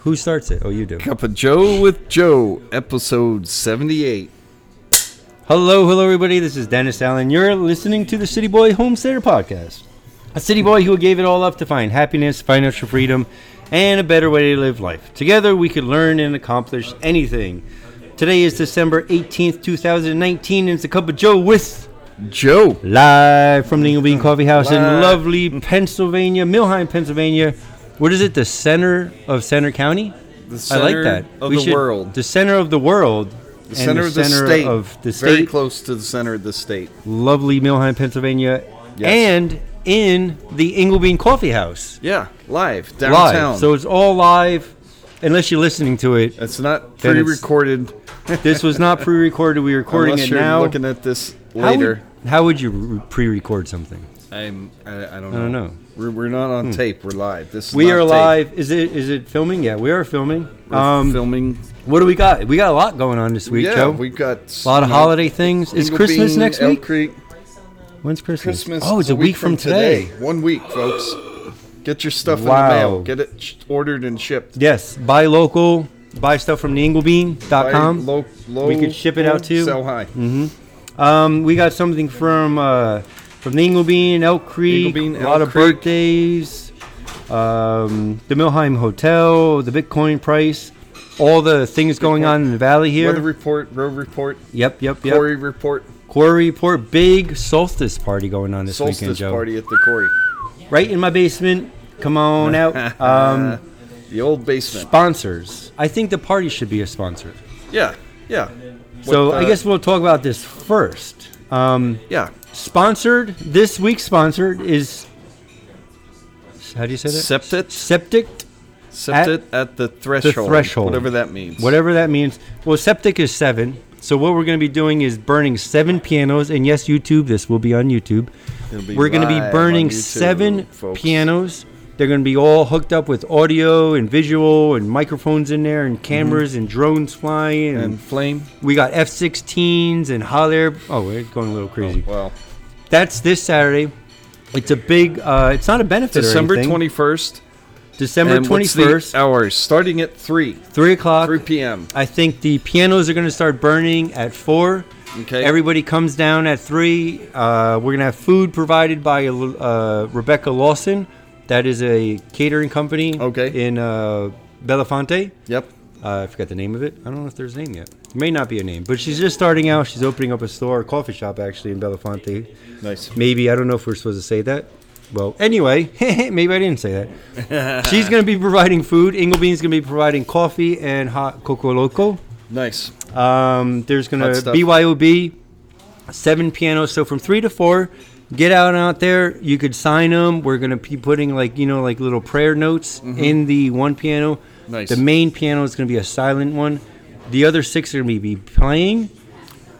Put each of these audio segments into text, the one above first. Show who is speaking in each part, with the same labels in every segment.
Speaker 1: Who starts it? Oh, you do.
Speaker 2: Cup of Joe with Joe, episode 78.
Speaker 1: Hello, hello, everybody. This is Dennis Allen. You're listening to the City Boy Homesteader Podcast. A city boy who gave it all up to find happiness, financial freedom, and a better way to live life. Together, we could learn and accomplish anything. Today is December 18th, 2019, and it's a cup of Joe with
Speaker 2: Joe.
Speaker 1: live from the Eagle Bean Coffee House in
Speaker 2: Live.
Speaker 1: lovely Pennsylvania, Milheim, Pennsylvania. What is it? The center of Center County?
Speaker 2: The
Speaker 1: I
Speaker 2: center
Speaker 1: like that.
Speaker 2: Of
Speaker 1: We
Speaker 2: the
Speaker 1: should-
Speaker 2: world.
Speaker 1: The center of the world.
Speaker 2: The center of the state.
Speaker 1: of the
Speaker 2: Very
Speaker 1: state.
Speaker 2: close to the center of the state.
Speaker 1: Lovely Milheim, Pennsylvania.
Speaker 2: Yes.
Speaker 1: And in the Inglebean Coffee House.
Speaker 2: Yeah, live, downtown.
Speaker 1: Live. So it's all live. Unless you're listening to it.
Speaker 2: it's not
Speaker 1: Then
Speaker 2: pre
Speaker 1: it's
Speaker 2: recorded.
Speaker 1: This was not pre recorded. We're recording
Speaker 2: Unless
Speaker 1: it
Speaker 2: you're
Speaker 1: now.
Speaker 2: looking at this
Speaker 1: How would-
Speaker 2: later.
Speaker 1: How would, you pre record something?
Speaker 2: I'm, I, I don't know.
Speaker 1: I don't know. Hmm.
Speaker 2: We're, we're not on tape. We're live. This is
Speaker 1: We
Speaker 2: not
Speaker 1: are
Speaker 2: tape.
Speaker 1: live. Is it is it filming? Yeah, we are filming. Um,
Speaker 2: We're filming.
Speaker 1: What do we got? We got a lot going on this week,
Speaker 2: yeah,
Speaker 1: Joe.
Speaker 2: we've got
Speaker 1: a lot of holiday things. Is Christmas next
Speaker 2: Elk
Speaker 1: week?
Speaker 2: Creek.
Speaker 1: When's Christmas?
Speaker 2: Christmas.
Speaker 1: Oh, it's a week from today.
Speaker 2: One week, folks. Get your stuff in the
Speaker 1: Wow.
Speaker 2: mail. Get it sh- ordered and shipped.
Speaker 1: Yes, buy local, buy stuff from
Speaker 2: Buy
Speaker 1: thinglebean.com.
Speaker 2: Low, low,
Speaker 1: We could ship it out too. Mm-hmm.
Speaker 2: Sell high.
Speaker 1: um, we got something from uh, from the Inglebean, Elk Creek,
Speaker 2: Inglebean,
Speaker 1: a lot
Speaker 2: Elk
Speaker 1: of
Speaker 2: Creek.
Speaker 1: birthdays, um, the Milheim Hotel, the Bitcoin price, all the things going on in the valley here.
Speaker 2: Weather report, road report,
Speaker 1: yep, yep, yep.
Speaker 2: quarry report,
Speaker 1: Quarry Report, big solstice party going on this weekend,
Speaker 2: solstice
Speaker 1: Joe.
Speaker 2: party at the quarry.
Speaker 1: Right in my basement. Come on out. Um,
Speaker 2: The old basement.
Speaker 1: sponsors. I think the party should be a sponsor.
Speaker 2: Yeah, yeah.
Speaker 1: so
Speaker 2: What,
Speaker 1: I
Speaker 2: uh,
Speaker 1: guess we'll talk about this first. Um,
Speaker 2: yeah.
Speaker 1: sponsored this week's sponsored is how do you say that?
Speaker 2: Septet,
Speaker 1: Septic,
Speaker 2: sept it at the threshold.
Speaker 1: threshold.
Speaker 2: Whatever that means.
Speaker 1: whatever that means. Well, septic is seven. So what we're going to be doing is burning seven pianos, and yes, YouTube. This will be on YouTube.
Speaker 2: It'll be
Speaker 1: We're going to
Speaker 2: live
Speaker 1: be
Speaker 2: on
Speaker 1: burning
Speaker 2: YouTube,
Speaker 1: seven
Speaker 2: folks.
Speaker 1: pianos. They're going to be all hooked up with audio and visual and microphones in there and cameras and drones flying and
Speaker 2: Mm-hmm. And flame.
Speaker 1: We got F-16s and hot air. Oh, we're going a little crazy.
Speaker 2: Well,
Speaker 1: That's this Saturday. It's a big. Uh, it's not a benefit. or
Speaker 2: December
Speaker 1: anything.
Speaker 2: twenty first.
Speaker 1: December twenty first,
Speaker 2: Hours starting at three,
Speaker 1: three o'clock.
Speaker 2: three p.m.
Speaker 1: I think the pianos are going to start burning at four.
Speaker 2: Okay.
Speaker 1: Everybody comes down at three. Uh, we're going to have food provided by uh, Rebecca Lawson. That is a catering company.
Speaker 2: Okay.
Speaker 1: In uh, Belafonte.
Speaker 2: Yep.
Speaker 1: Uh, I forgot the name of it. I don't know if there's a name yet. It may not be a name, but she's just starting out. She's opening up a store, a coffee shop actually in Belafonte.
Speaker 2: Nice.
Speaker 1: Maybe I don't know if we're supposed to say that. Well, anyway, maybe I didn't say that. she's going to be providing food. Inglebean's going to be providing coffee and hot coco loco.
Speaker 2: Nice.
Speaker 1: Um, there's going
Speaker 2: Hot
Speaker 1: to
Speaker 2: stuff.
Speaker 1: BYOB, seven pianos. So from three to four, get out and out there. You could sign them. We're going to be putting like you know like little prayer notes in the one piano.
Speaker 2: Mm-hmm. Nice.
Speaker 1: The main piano is going to be a silent one. The other six are going to be playing.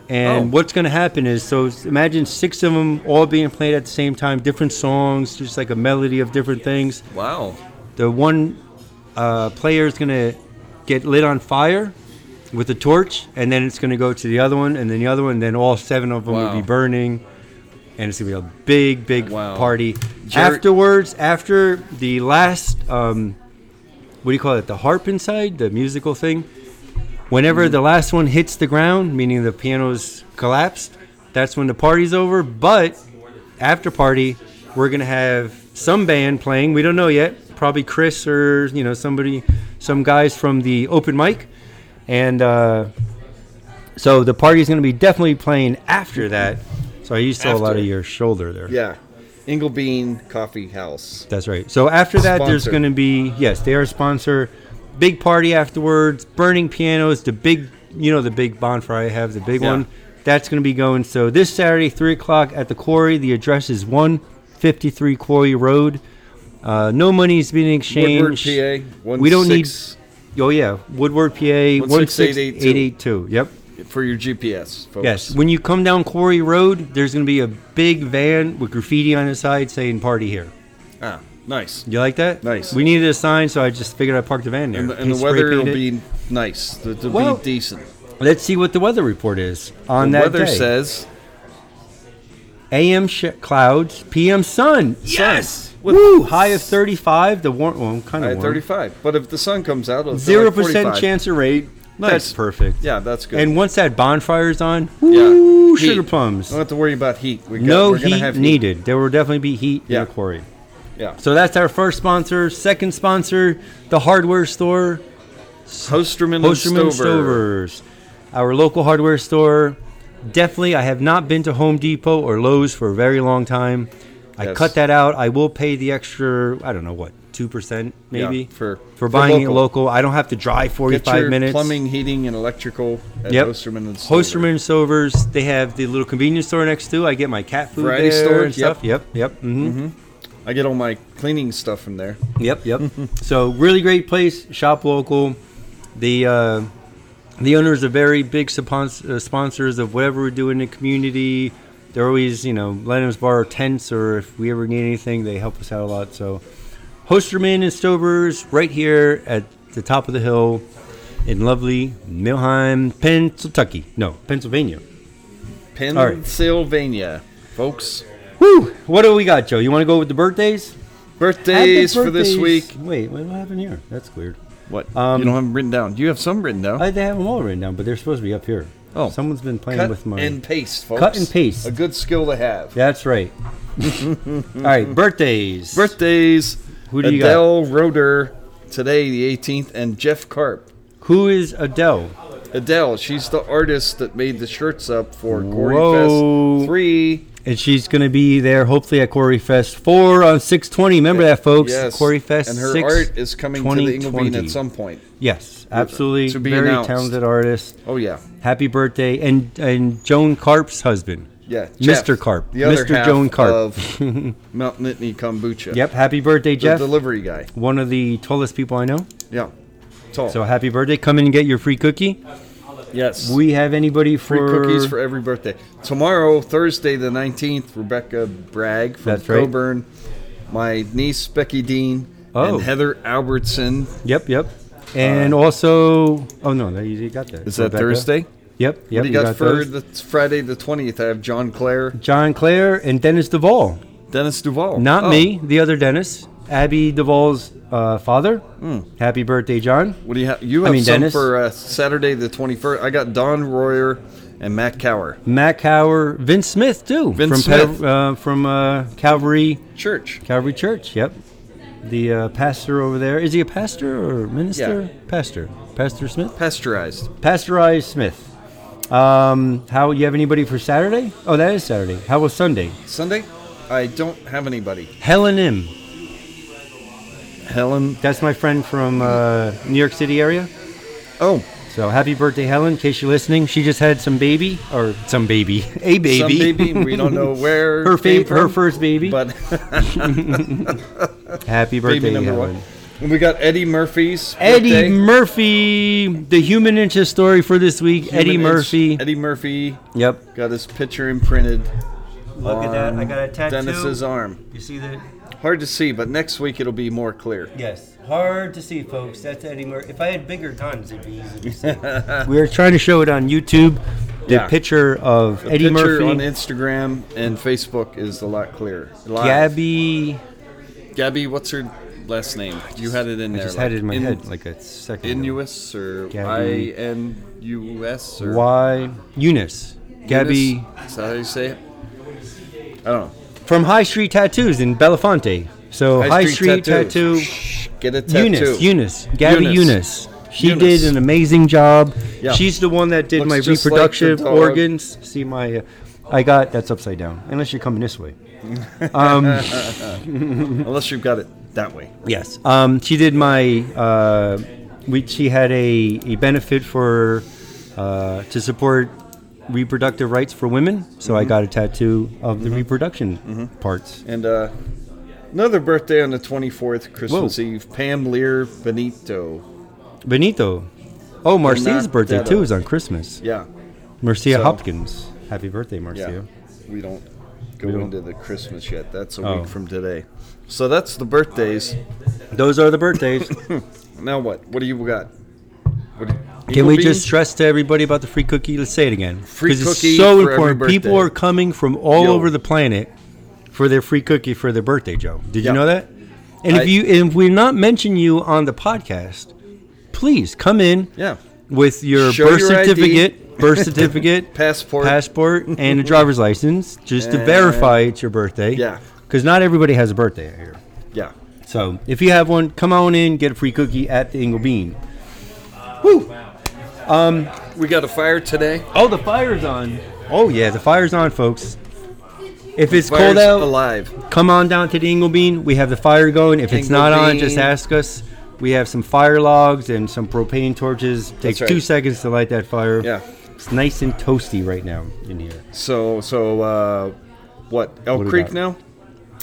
Speaker 1: And
Speaker 2: Oh.
Speaker 1: what's going to happen is so s- imagine six of them all being played at the same time, different songs, just like a melody of different things
Speaker 2: Wow.
Speaker 1: the one uh, player is gonna get lit on fire with a torch, and then it's gonna go to the other one, and then the other one, and then all seven of them will
Speaker 2: Wow.
Speaker 1: be burning, and it's gonna be a big, big
Speaker 2: Wow.
Speaker 1: party.
Speaker 2: Jer-
Speaker 1: Afterwards, after the last, um, what do you call it, the harp inside the musical thing, whenever the last one hits the ground, meaning the piano's collapsed, that's when the party's over. But after party, we're gonna have some band playing. We don't know yet. Probably Chris or you know somebody, some guys from the open mic, and uh, so the party's gonna be definitely playing after that. So you saw a lot
Speaker 2: After.
Speaker 1: of your shoulder there.
Speaker 2: Yeah. Inglebean Coffee House.
Speaker 1: That's right. So after that, there's
Speaker 2: Sponsor.
Speaker 1: going to be yes, they are a sponsor. Big party afterwards, burning pianos, the big you know the big bonfire I have, the big
Speaker 2: Yeah.
Speaker 1: one. That's going to be going. So this Saturday, three o'clock at the quarry. The address is one fifty three Quarry Road. Uh, no money is being
Speaker 2: Woodward,
Speaker 1: exchanged.
Speaker 2: PA. One
Speaker 1: We don't need-
Speaker 2: six
Speaker 1: Oh yeah, Woodward, PA one six eight
Speaker 2: 16882.
Speaker 1: eight two. Yep.
Speaker 2: for your GPS, folks.
Speaker 1: Yes. When you come down Quarry Road, there's going to be a big van with graffiti on the side saying "Party here."
Speaker 2: Ah, nice.
Speaker 1: You like that?
Speaker 2: Nice.
Speaker 1: We needed a sign, so I just figured I parked the van there.
Speaker 2: And the, and the
Speaker 1: Spray
Speaker 2: weather will
Speaker 1: painted.
Speaker 2: be nice. The- It'll
Speaker 1: Well,
Speaker 2: be decent.
Speaker 1: Let's see what the weather report is on
Speaker 2: The
Speaker 1: that
Speaker 2: weather
Speaker 1: day.
Speaker 2: says
Speaker 1: AM sh- clouds, PM sun.
Speaker 2: Yes! With
Speaker 1: Woo! High of 35. The warm, well, kind
Speaker 2: I
Speaker 1: of
Speaker 2: had
Speaker 1: warm.
Speaker 2: 35. But if the sun comes out, it'll feel
Speaker 1: Zero
Speaker 2: like
Speaker 1: percent
Speaker 2: 45.
Speaker 1: chance of rain. That's
Speaker 2: Nice.
Speaker 1: perfect.
Speaker 2: Yeah, that's good.
Speaker 1: And once that bonfire's on,
Speaker 2: yeah.
Speaker 1: woo,
Speaker 2: Heat.
Speaker 1: sugar plums.
Speaker 2: Don't have to worry about heat. We got,
Speaker 1: no
Speaker 2: we're gonna
Speaker 1: heat
Speaker 2: have
Speaker 1: needed. There will definitely be heat
Speaker 2: Yeah.
Speaker 1: in the quarry.
Speaker 2: Yeah.
Speaker 1: So that's our first sponsor. Second sponsor, the hardware store,
Speaker 2: Hosterman,
Speaker 1: Hosterman
Speaker 2: and Stover.
Speaker 1: Stovers, our local hardware store. Definitely, I have not been to Home Depot or Lowe's for a very long time. I
Speaker 2: Yes.
Speaker 1: cut that out. I will pay the extra, I don't know what, 2%
Speaker 2: Yeah,
Speaker 1: maybe
Speaker 2: for
Speaker 1: for buying it local. I don't have to drive
Speaker 2: Get
Speaker 1: 45
Speaker 2: your
Speaker 1: minutes.
Speaker 2: plumbing, heating, and electrical at
Speaker 1: Yep.
Speaker 2: Hosterman and Stover.
Speaker 1: Hosterman and Stovers, they have the little convenience store next to. I get my cat food
Speaker 2: Variety Mm-hmm.
Speaker 1: there
Speaker 2: store,
Speaker 1: and stuff. Yep, yep. hmm
Speaker 2: I get all my cleaning stuff from there.
Speaker 1: Yep, yep. so really great place. Shop local. The uh, the owners are very big spons- uh, sponsors of whatever we do in the community. They're always, you know, letting us borrow tents or if we ever need anything, they help us out a lot. So, Hosterman and Stovers, right here at the top of the hill in lovely Milheim, Pennsylvania. No, Pennsylvania. right.
Speaker 2: Pennsylvania, folks.
Speaker 1: Woo! What do we got, Joe? You want to go with the birthdays?
Speaker 2: Birthdays for this week.
Speaker 1: Wait, what happened here? That's weird.
Speaker 2: What?
Speaker 1: Um,
Speaker 2: you don't have them written down. You have some written down.
Speaker 1: I, they have them all written down, but they're supposed to be up here.
Speaker 2: Oh.
Speaker 1: someone's been playing
Speaker 2: Cut
Speaker 1: with my.
Speaker 2: and paste, folks.
Speaker 1: Cut and paste.
Speaker 2: A good skill to have.
Speaker 1: That's right. all right, birthdays.
Speaker 2: Birthdays.
Speaker 1: Who do you got?
Speaker 2: Adele Roeder today, the 18th, and Jeff Karp.
Speaker 1: Who is Adele?
Speaker 2: Adele, she's the artist that made the shirts up for Gory
Speaker 1: Whoa.
Speaker 2: Fest 3.
Speaker 1: And she's going to be there hopefully at Quarry Fest 4 on 620. Remember that, folks.
Speaker 2: Yes.
Speaker 1: Quarry Fest
Speaker 2: And her
Speaker 1: 6.
Speaker 2: art is coming to the Inglebean
Speaker 1: 2020.
Speaker 2: at some point.
Speaker 1: yes, absolutely.
Speaker 2: to be
Speaker 1: Very
Speaker 2: announced.
Speaker 1: talented artist.
Speaker 2: Oh, yeah.
Speaker 1: Happy birthday. And and Joan Carp's husband.
Speaker 2: Yeah.
Speaker 1: Mr.
Speaker 2: Jeff,
Speaker 1: Karp.
Speaker 2: The other
Speaker 1: Mr.
Speaker 2: half
Speaker 1: Joan Karp.
Speaker 2: Of Mount Nittany Kombucha.
Speaker 1: Yep, happy birthday,
Speaker 2: The
Speaker 1: Jeff.
Speaker 2: delivery guy.
Speaker 1: One of the tallest people I know.
Speaker 2: Yeah. Tall.
Speaker 1: So happy birthday. Come in and get your free cookie.
Speaker 2: yes.
Speaker 1: We have anybody for.
Speaker 2: Free cookies for every birthday. Tomorrow, Thursday the 19th, Rebecca Bragg from
Speaker 1: That's right.
Speaker 2: Coburn, my niece Becky Dean,
Speaker 1: Oh.
Speaker 2: and Heather Albertson.
Speaker 1: Yep, yep. And also, oh no, that you you got that.
Speaker 2: Uh, Is that
Speaker 1: Rebecca.
Speaker 2: Thursday?
Speaker 1: Yep, yep.
Speaker 2: What do you got, for
Speaker 1: those.
Speaker 2: the, Friday the 20th? I have John Clare,
Speaker 1: John Clare and Dennis Duvall.
Speaker 2: Dennis Duvall.
Speaker 1: Not
Speaker 2: Oh,
Speaker 1: me, the other Dennis, Abby Duvall's uh, father.
Speaker 2: Hmm.
Speaker 1: Happy birthday, John.
Speaker 2: What do you have? You
Speaker 1: I
Speaker 2: have
Speaker 1: mean,
Speaker 2: some
Speaker 1: Dennis.
Speaker 2: for uh, Saturday the 21st. I got Don Royer and Matt Cower.
Speaker 1: Matt Cower, Vince Smith too,
Speaker 2: Vince
Speaker 1: from
Speaker 2: Smith.
Speaker 1: uh, from uh, Calvary
Speaker 2: Church.
Speaker 1: Calvary Church. Yep, the uh, pastor over there. Is he a pastor or minister?
Speaker 2: Yeah.
Speaker 1: Pastor, Pastor Smith,
Speaker 2: Pasteurized.
Speaker 1: Pastorized Smith. Um, how you have anybody for Saturday? Oh, that is Saturday. How was Sunday?
Speaker 2: Sunday? I don't have anybody.
Speaker 1: Helen M.
Speaker 2: Helen.
Speaker 1: That's my friend from uh, New York City area.
Speaker 2: Oh,
Speaker 1: So happy birthday, Helen! In case you're listening, she just had some baby or some baby, a baby,
Speaker 2: some baby. We don't know where.
Speaker 1: her
Speaker 2: came
Speaker 1: fa- her
Speaker 2: from,
Speaker 1: first baby.
Speaker 2: But
Speaker 1: happy birthday,
Speaker 2: baby number
Speaker 1: Helen.
Speaker 2: one. And we got Eddie Murphy's.
Speaker 1: Eddie
Speaker 2: birthday.
Speaker 1: Murphy, the human inches story for this week.
Speaker 2: Human
Speaker 1: Eddie
Speaker 2: inch-
Speaker 1: Murphy.
Speaker 2: Eddie Murphy
Speaker 1: Yep.
Speaker 2: got his picture imprinted.
Speaker 1: Look at that. I
Speaker 2: on
Speaker 1: got a tattoo.
Speaker 2: Dennis's uh, arm.
Speaker 1: You see that?
Speaker 2: Hard to see, but next week it'll be more clear.
Speaker 1: Yes. Hard to see, folks. That's Eddie Murphy. If I had bigger guns, it'd be easy to see. We're trying to show it on YouTube. The
Speaker 2: Yeah.
Speaker 1: picture of
Speaker 2: The
Speaker 1: Eddie
Speaker 2: picture
Speaker 1: Murphy.
Speaker 2: on Instagram and Facebook is a lot clearer. Live.
Speaker 1: Gabby.
Speaker 2: Gabby, what's her last name? You had it in
Speaker 1: I
Speaker 2: there.
Speaker 1: just had it in my
Speaker 2: like,
Speaker 1: head like a second. ago.
Speaker 2: Inuus or
Speaker 1: Gabby.
Speaker 2: I N U S or
Speaker 1: Why Eunice? Gabby
Speaker 2: Eunice? Is that how you say it? I don't know.
Speaker 1: from High Street Tattoos in Belafonte. So High, Street, Tattoo.
Speaker 2: Shh, Get a tattoo.
Speaker 1: Eunice, Eunice, Gabby Eunice.
Speaker 2: Eunice.
Speaker 1: She
Speaker 2: Eunice.
Speaker 1: did an amazing job.
Speaker 2: Yeah.
Speaker 1: She's the one that did
Speaker 2: Looks
Speaker 1: my
Speaker 2: just like the
Speaker 1: reproductive
Speaker 2: dog.
Speaker 1: organs. See my, uh, I got that's upside down. Unless you're coming this way. Um,
Speaker 2: Unless you've got it that way.
Speaker 1: yes. Um, she did my. Uh, we she had a, a benefit for uh, to support reproductive rights for women. So I got a tattoo of the reproduction parts.
Speaker 2: And uh, another birthday on the 24th, Christmas
Speaker 1: Whoa.
Speaker 2: Eve. Pam Lear Benito.
Speaker 1: Benito. Oh, Marcia's
Speaker 2: not
Speaker 1: birthday
Speaker 2: dead
Speaker 1: too
Speaker 2: up.
Speaker 1: is on Christmas.
Speaker 2: Yeah,
Speaker 1: Marcia
Speaker 2: So-
Speaker 1: Hopkins. Happy birthday,
Speaker 2: yeah.
Speaker 1: Marcia.
Speaker 2: We don't go
Speaker 1: We don't-
Speaker 2: into the Christmas yet. That's a
Speaker 1: Oh.
Speaker 2: week from today. So that's the birthdays.
Speaker 1: Those are the birthdays.
Speaker 2: Now what? What do you got? What do you-
Speaker 1: Can we
Speaker 2: Eagle
Speaker 1: just
Speaker 2: Bean?
Speaker 1: stress to everybody about the free cookie? Let's say it again.
Speaker 2: Free
Speaker 1: 'Cause
Speaker 2: cookie for every
Speaker 1: People
Speaker 2: birthday.
Speaker 1: are coming from all
Speaker 2: Yo.
Speaker 1: over the planet for their free cookie for their birthday, Joe. Did
Speaker 2: Yeah.
Speaker 1: you know that? And
Speaker 2: I-
Speaker 1: if you and if we're not mentioning you on the podcast, please come in
Speaker 2: Yeah.
Speaker 1: with your
Speaker 2: Show
Speaker 1: birth
Speaker 2: your ID.
Speaker 1: certificate, birth certificate,
Speaker 2: Passport.
Speaker 1: passport, and a driver's license just to verify it's your birthday.
Speaker 2: Yeah.
Speaker 1: because not everybody has a birthday out here.
Speaker 2: yeah.
Speaker 1: So if you have one, come on in, get a free cookie at the Ingle Bean.
Speaker 2: We got a fire today.
Speaker 1: Oh, the fire's on. Oh yeah, the fire's on, folks. If it's
Speaker 2: Fire's
Speaker 1: cold out,
Speaker 2: alive.
Speaker 1: come on down to the Ingle Bean. We have the fire going. If it's
Speaker 2: Ingle
Speaker 1: not on, just
Speaker 2: Bean.
Speaker 1: ask us. We have some fire logs and some propane torches. Takes
Speaker 2: right.
Speaker 1: two seconds to light that fire.
Speaker 2: Yeah.
Speaker 1: It's nice and toasty right now in here.
Speaker 2: So so uh, what? Elk
Speaker 1: What do we
Speaker 2: Creek
Speaker 1: got?
Speaker 2: now?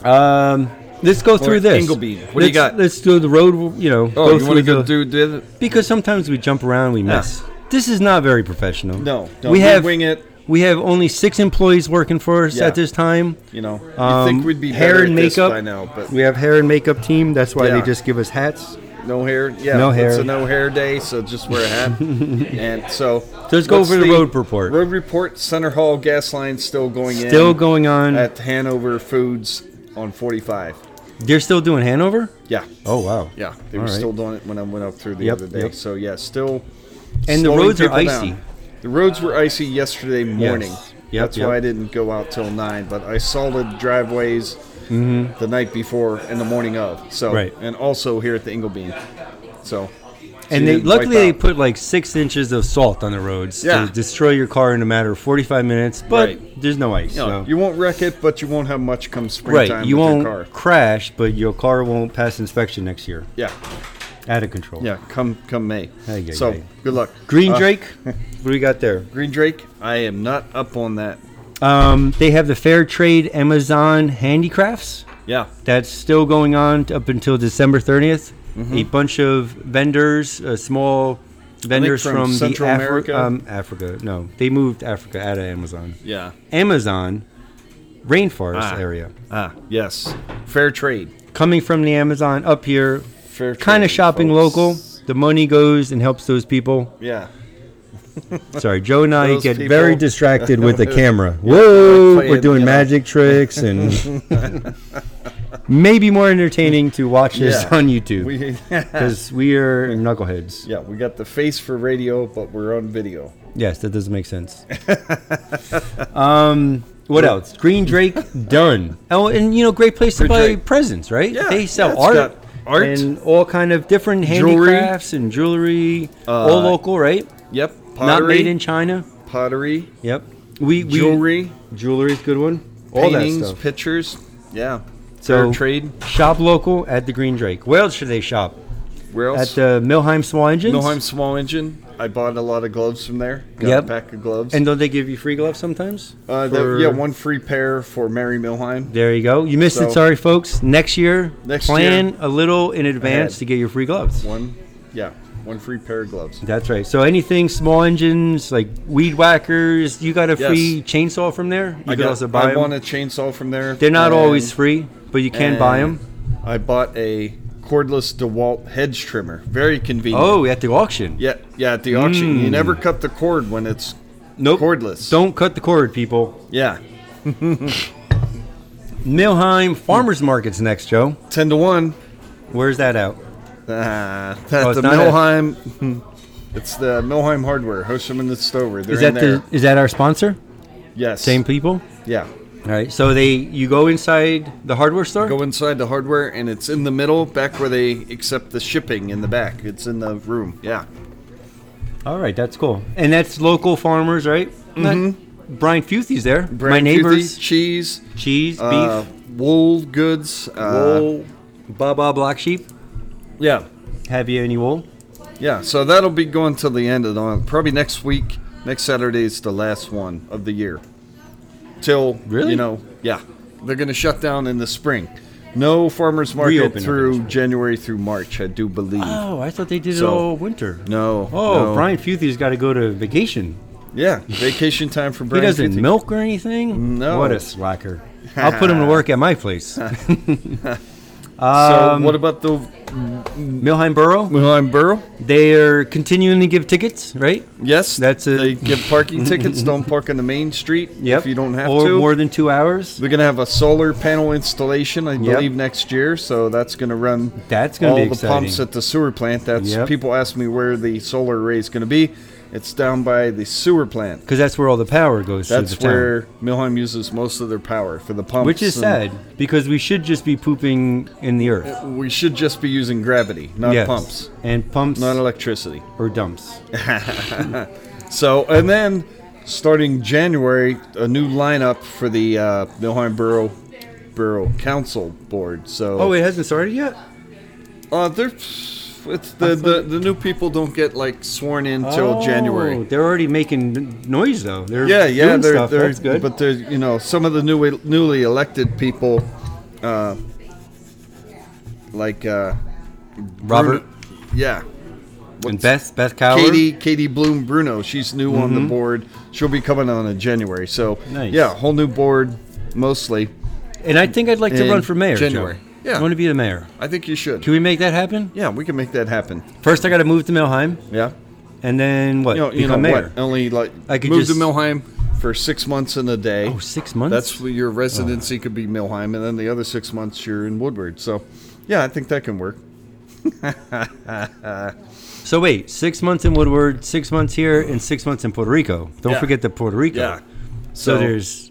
Speaker 1: Um, let's go through this.
Speaker 2: Ingle Bean. What do
Speaker 1: let's,
Speaker 2: you got?
Speaker 1: Let's do the road. You know,
Speaker 2: Oh, you
Speaker 1: through
Speaker 2: want to go
Speaker 1: the-
Speaker 2: do, do
Speaker 1: because sometimes we jump around, we miss. This is not very professional.
Speaker 2: No, no,
Speaker 1: we
Speaker 2: we
Speaker 1: have
Speaker 2: wing it.
Speaker 1: We have only six employees working for us
Speaker 2: Yeah.
Speaker 1: at this time.
Speaker 2: you know? You
Speaker 1: Um,
Speaker 2: think we'd be
Speaker 1: hair
Speaker 2: better
Speaker 1: and
Speaker 2: at this
Speaker 1: makeup
Speaker 2: by now, but
Speaker 1: We have hair and makeup team. That's why
Speaker 2: Yeah.
Speaker 1: they just give us hats.
Speaker 2: no hair. Yeah,
Speaker 1: No
Speaker 2: It's
Speaker 1: hair.
Speaker 2: a no hair day, so just wear a hat. and so
Speaker 1: Let's go
Speaker 2: what's
Speaker 1: over the road report.
Speaker 2: Road report. Center Hall gas line still going in.
Speaker 1: Still going on.
Speaker 2: at Hanover Foods on 45.
Speaker 1: They're still doing Hanover.
Speaker 2: Yeah.
Speaker 1: Oh wow.
Speaker 2: Yeah, they
Speaker 1: All
Speaker 2: were
Speaker 1: right.
Speaker 2: still doing it when I went up through the
Speaker 1: Yep,
Speaker 2: other day.
Speaker 1: yep.
Speaker 2: So yeah, still.
Speaker 1: And the
Speaker 2: slowing
Speaker 1: roads are
Speaker 2: people down.
Speaker 1: icy.
Speaker 2: The roads were icy yesterday morning.
Speaker 1: Yep,
Speaker 2: That's
Speaker 1: yep.
Speaker 2: why I didn't go out till nine. But I salted driveways the night before and the morning of. So
Speaker 1: Mm-hmm. Right.
Speaker 2: and also here at the Inglebean. So.
Speaker 1: And they luckily they put like six inches of salt on the roads
Speaker 2: Yeah.
Speaker 1: to destroy your car in a matter of forty-five minutes. But
Speaker 2: Right.
Speaker 1: there's no ice.
Speaker 2: You, know,
Speaker 1: so.
Speaker 2: you won't wreck it, but you won't have much come springtime
Speaker 1: right. You
Speaker 2: with
Speaker 1: won't
Speaker 2: your car.
Speaker 1: crash, but your car won't pass inspection next year.
Speaker 2: Yeah,
Speaker 1: Out of control.
Speaker 2: yeah. Come, come May.
Speaker 1: Ay, ay,
Speaker 2: so
Speaker 1: ay.
Speaker 2: good luck.
Speaker 1: Green
Speaker 2: Uh,
Speaker 1: Drake. what do we got there?
Speaker 2: Green Drake. I am not up on that.
Speaker 1: Um, they have the Fair Trade Amazon Handicrafts.
Speaker 2: Yeah.
Speaker 1: That's still going on up until December 30th.
Speaker 2: Mm-hmm.
Speaker 1: A bunch of vendors, uh, small vendors
Speaker 2: from
Speaker 1: from, the
Speaker 2: Central
Speaker 1: Afri-
Speaker 2: America.
Speaker 1: Um, Africa. No, they moved Africa out of Amazon.
Speaker 2: Yeah.
Speaker 1: Amazon rainforest
Speaker 2: Ah.
Speaker 1: area.
Speaker 2: Ah, yes. Fair trade.
Speaker 1: Coming from the Amazon up here,
Speaker 2: Fair trade.
Speaker 1: kind of shopping
Speaker 2: folks.
Speaker 1: local. The money goes and helps those people.
Speaker 2: Yeah.
Speaker 1: Sorry, Joe and I
Speaker 2: Those
Speaker 1: get
Speaker 2: people-
Speaker 1: very distracted with the camera. Whoa,
Speaker 2: playing,
Speaker 1: we're doing
Speaker 2: you know.
Speaker 1: magic tricks and maybe more entertaining to watch this
Speaker 2: Yeah.
Speaker 1: on YouTube
Speaker 2: We
Speaker 1: because we are knuckleheads.
Speaker 2: yeah, we got the face for radio, but we're on video.
Speaker 1: Yes, that doesn't make sense. um, what else? Green Drake done. Oh, and you know, great place to
Speaker 2: Green
Speaker 1: buy
Speaker 2: Drake.
Speaker 1: presents, right?
Speaker 2: Yeah,
Speaker 1: they
Speaker 2: yeah,
Speaker 1: sell
Speaker 2: it's got
Speaker 1: art,
Speaker 2: art,
Speaker 1: and all kind of different
Speaker 2: jewelry.
Speaker 1: handicrafts and jewelry, all local, right?
Speaker 2: Yep. Pottery.
Speaker 1: Not made in China.
Speaker 2: pottery,
Speaker 1: Yep. We, we
Speaker 2: jewelry,
Speaker 1: Jewelry's a good one. All
Speaker 2: paintings,
Speaker 1: that stuff.
Speaker 2: pictures. Yeah.
Speaker 1: So-
Speaker 2: Fair trade.
Speaker 1: Shop local at the Green Drake. Where else should they shop?
Speaker 2: Where
Speaker 1: At
Speaker 2: else?
Speaker 1: the Milheim Small Engines.
Speaker 2: Noheim Small Engine. I bought a lot of gloves from there. Got
Speaker 1: Yep.
Speaker 2: a pack of gloves.
Speaker 1: And don't they give you free gloves sometimes?
Speaker 2: uh,
Speaker 1: For-
Speaker 2: the, yeah, one free pair for Mary Milheim.
Speaker 1: There you go. You missed
Speaker 2: So-
Speaker 1: it. Sorry, folks. Next year,
Speaker 2: Next
Speaker 1: plan a little in advance
Speaker 2: Ahead.
Speaker 1: to get your free gloves.
Speaker 2: One, yeah, one free pair of gloves.
Speaker 1: That's right. So anything small engines like weed whackers, you got a
Speaker 2: Yes.
Speaker 1: free chainsaw from there. You
Speaker 2: I
Speaker 1: could
Speaker 2: got.
Speaker 1: also buy
Speaker 2: I
Speaker 1: them.
Speaker 2: want a chainsaw from there.
Speaker 1: They're not
Speaker 2: and-
Speaker 1: always free, but you can buy
Speaker 2: And
Speaker 1: them.
Speaker 2: I bought a cordless DeWalt hedge trimmer. Very convenient.
Speaker 1: Oh, at the auction.
Speaker 2: Yeah, yeah. At the auction, you never cut the cord when it's
Speaker 1: Nope.
Speaker 2: cordless.
Speaker 1: Don't cut the cord, people.
Speaker 2: Yeah,
Speaker 1: Milheim Farmers Market's next, Joe.
Speaker 2: ten to one.
Speaker 1: Where's that out?
Speaker 2: Ah, at
Speaker 1: Oh, it's
Speaker 2: the
Speaker 1: not a-
Speaker 2: Milheim. It's the Milheim Hardware, Hosherman and Stover. They're
Speaker 1: Is that
Speaker 2: in there.
Speaker 1: the is that our sponsor?
Speaker 2: yes?
Speaker 1: Same people.
Speaker 2: Yeah.
Speaker 1: All right. So they you go inside the hardware store.
Speaker 2: Go inside the hardware, and it's in the middle, back where they accept the shipping in the back. It's in the room. Yeah.
Speaker 1: All right, that's cool. And that's local farmers, right? Mm-hmm. Brian Futhy's there. My
Speaker 2: Brand new
Speaker 1: neighbors.
Speaker 2: the cheese,
Speaker 1: cheese,
Speaker 2: uh,
Speaker 1: beef,
Speaker 2: wool goods. Uh,
Speaker 1: wool, Baba Black Sheep.
Speaker 2: Yeah.
Speaker 1: Have you any wool?
Speaker 2: Yeah, so that'll be going till the end of the month. Probably next week. Next Saturday is the last one of the year. Till
Speaker 1: Really?
Speaker 2: you know, yeah, they're going to shut down in the spring. No farmers market
Speaker 1: Reopen it in
Speaker 2: through
Speaker 1: the
Speaker 2: January through March, I do believe.
Speaker 1: Oh, I thought they did
Speaker 2: So-
Speaker 1: it all winter.
Speaker 2: No.
Speaker 1: Oh,
Speaker 2: no.
Speaker 1: Brian Futhy's got to go to vacation.
Speaker 2: Yeah, vacation time for
Speaker 1: He
Speaker 2: Brian.
Speaker 1: doesn't
Speaker 2: Fitty.
Speaker 1: milk or anything.
Speaker 2: No.
Speaker 1: What a slacker. I'll put him to work at my place.
Speaker 2: so what about the
Speaker 1: Milheim Borough?
Speaker 2: Wilhelm Borough?
Speaker 1: They are continuing to give tickets, right?
Speaker 2: Yes,
Speaker 1: That's it.
Speaker 2: They give parking tickets. Don't park on the main street if you don't have
Speaker 1: or
Speaker 2: to.
Speaker 1: more than two hours.
Speaker 2: We're gonna have a solar panel installation, I
Speaker 1: Yep.
Speaker 2: believe, next year. So that's gonna run
Speaker 1: That's gonna
Speaker 2: all
Speaker 1: be
Speaker 2: the pumps
Speaker 1: exciting.
Speaker 2: at the sewer plant. That's
Speaker 1: Yep.
Speaker 2: people ask me where the solar array is gonna be. It's down by the sewer plant.
Speaker 1: Because that's where all the power goes through
Speaker 2: That's
Speaker 1: the town.
Speaker 2: where Milheim uses most of their power for the pumps.
Speaker 1: Which is sad
Speaker 2: and
Speaker 1: because we should just be pooping in the earth.
Speaker 2: We should just be using gravity, not
Speaker 1: Yes.
Speaker 2: Uh, pumps,
Speaker 1: And pumps
Speaker 2: not electricity.
Speaker 1: or dumps.
Speaker 2: So, and then starting January, a new lineup for the uh, Milheim Borough Borough Council Board. So,
Speaker 1: Oh, it hasn't started yet?
Speaker 2: Uh, they're, it's the, the the new people don't get like sworn in till
Speaker 1: Oh,
Speaker 2: January.
Speaker 1: They're already making n- noise though. They're
Speaker 2: Yeah, yeah,
Speaker 1: doing
Speaker 2: they're,
Speaker 1: stuff.
Speaker 2: they're
Speaker 1: That's good.
Speaker 2: But they're you know some of the new newly elected people, uh, like uh,
Speaker 1: Robert
Speaker 2: Bruno- yeah,
Speaker 1: and Beth, Beth Cowher.
Speaker 2: Katie Katie Bloom Bruno. She's new on the board. She'll be coming on in January. So
Speaker 1: Mm-hmm. Nice.
Speaker 2: yeah, whole new board mostly.
Speaker 1: And I think I'd like to
Speaker 2: in
Speaker 1: run for mayor. Joe.
Speaker 2: January. Yeah.
Speaker 1: I want to be the mayor.
Speaker 2: I think you should.
Speaker 1: Can we make that happen?
Speaker 2: yeah, we can make that happen.
Speaker 1: First, I got to move to Milheim,
Speaker 2: Yeah.
Speaker 1: and then what?
Speaker 2: you know, you know
Speaker 1: Become mayor.
Speaker 2: what? Only like
Speaker 1: I could
Speaker 2: move to
Speaker 1: just-
Speaker 2: Milheim for six months in a day.
Speaker 1: Oh, six months.
Speaker 2: That's where your residency could be Milheim, and then the other six months you're in Woodward. So, yeah, I think that can work.
Speaker 1: so. Wait, six months in Woodward, six months here, and six months in Puerto Rico. Don't
Speaker 2: Yeah.
Speaker 1: forget the Puerto Rico. So,
Speaker 2: So-
Speaker 1: there's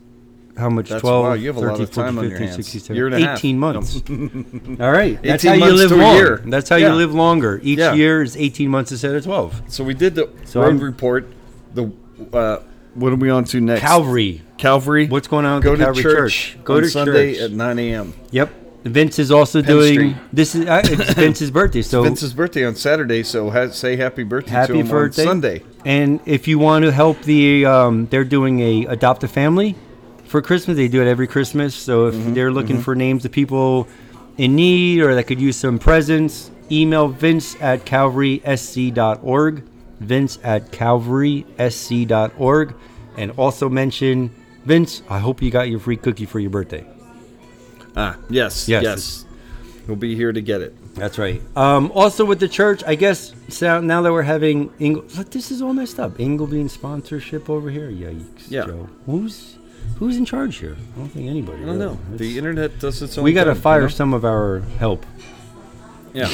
Speaker 1: how much?
Speaker 2: That's-
Speaker 1: 12,
Speaker 2: wow, you have a lot
Speaker 1: 13,
Speaker 2: of time
Speaker 1: 14,
Speaker 2: on your
Speaker 1: 15,
Speaker 2: hands.
Speaker 1: 16,
Speaker 2: Year and a half.
Speaker 1: 18
Speaker 2: No.
Speaker 1: months. All right. That's
Speaker 2: 18
Speaker 1: how you
Speaker 2: months
Speaker 1: live
Speaker 2: to a
Speaker 1: long.
Speaker 2: year.
Speaker 1: That's how
Speaker 2: Yeah.
Speaker 1: you live longer. Each
Speaker 2: Yeah.
Speaker 1: year is 18 months instead of 12.
Speaker 2: So we did the
Speaker 1: So
Speaker 2: road
Speaker 1: I'm-
Speaker 2: report. The uh, what are we on to next?
Speaker 1: Calvary.
Speaker 2: Calvary.
Speaker 1: What's going on with
Speaker 2: Go
Speaker 1: the
Speaker 2: to
Speaker 1: Calvary
Speaker 2: church.
Speaker 1: Church? Go
Speaker 2: on
Speaker 1: to
Speaker 2: Sunday
Speaker 1: church.
Speaker 2: at 9 a.m.
Speaker 1: Yep. Vince is also doing.
Speaker 2: Street.
Speaker 1: This is uh, it's Vince's birthday, so
Speaker 2: Vince's birthday on Saturday, so ha- say happy birthday to
Speaker 1: happy
Speaker 2: him
Speaker 1: birthday.
Speaker 2: on Sunday.
Speaker 1: And if you want to help the, um, they're doing a adopt a family for Christmas. They do it every Christmas. So if
Speaker 2: Mm-hmm.
Speaker 1: they're looking for names of people in need or that could use some presents, email Vince at calvarysc.org. Vince at calvarysc.org, and also mention Vince. I hope you got your free cookie for your birthday.
Speaker 2: Ah, yes,
Speaker 1: Yes,
Speaker 2: yes. We'll be here to get it.
Speaker 1: That's right. Um, also with the church, I guess so now that we're having Ingle, look, this is all messed up. Inglebean sponsorship over here. Yikes,
Speaker 2: Yeah.
Speaker 1: Joe. Who's who's in charge here? I don't think anybody.
Speaker 2: I don't know. The internet does its own.
Speaker 1: we got to
Speaker 2: thing, you
Speaker 1: fire
Speaker 2: know?
Speaker 1: some of our help.
Speaker 2: Yeah.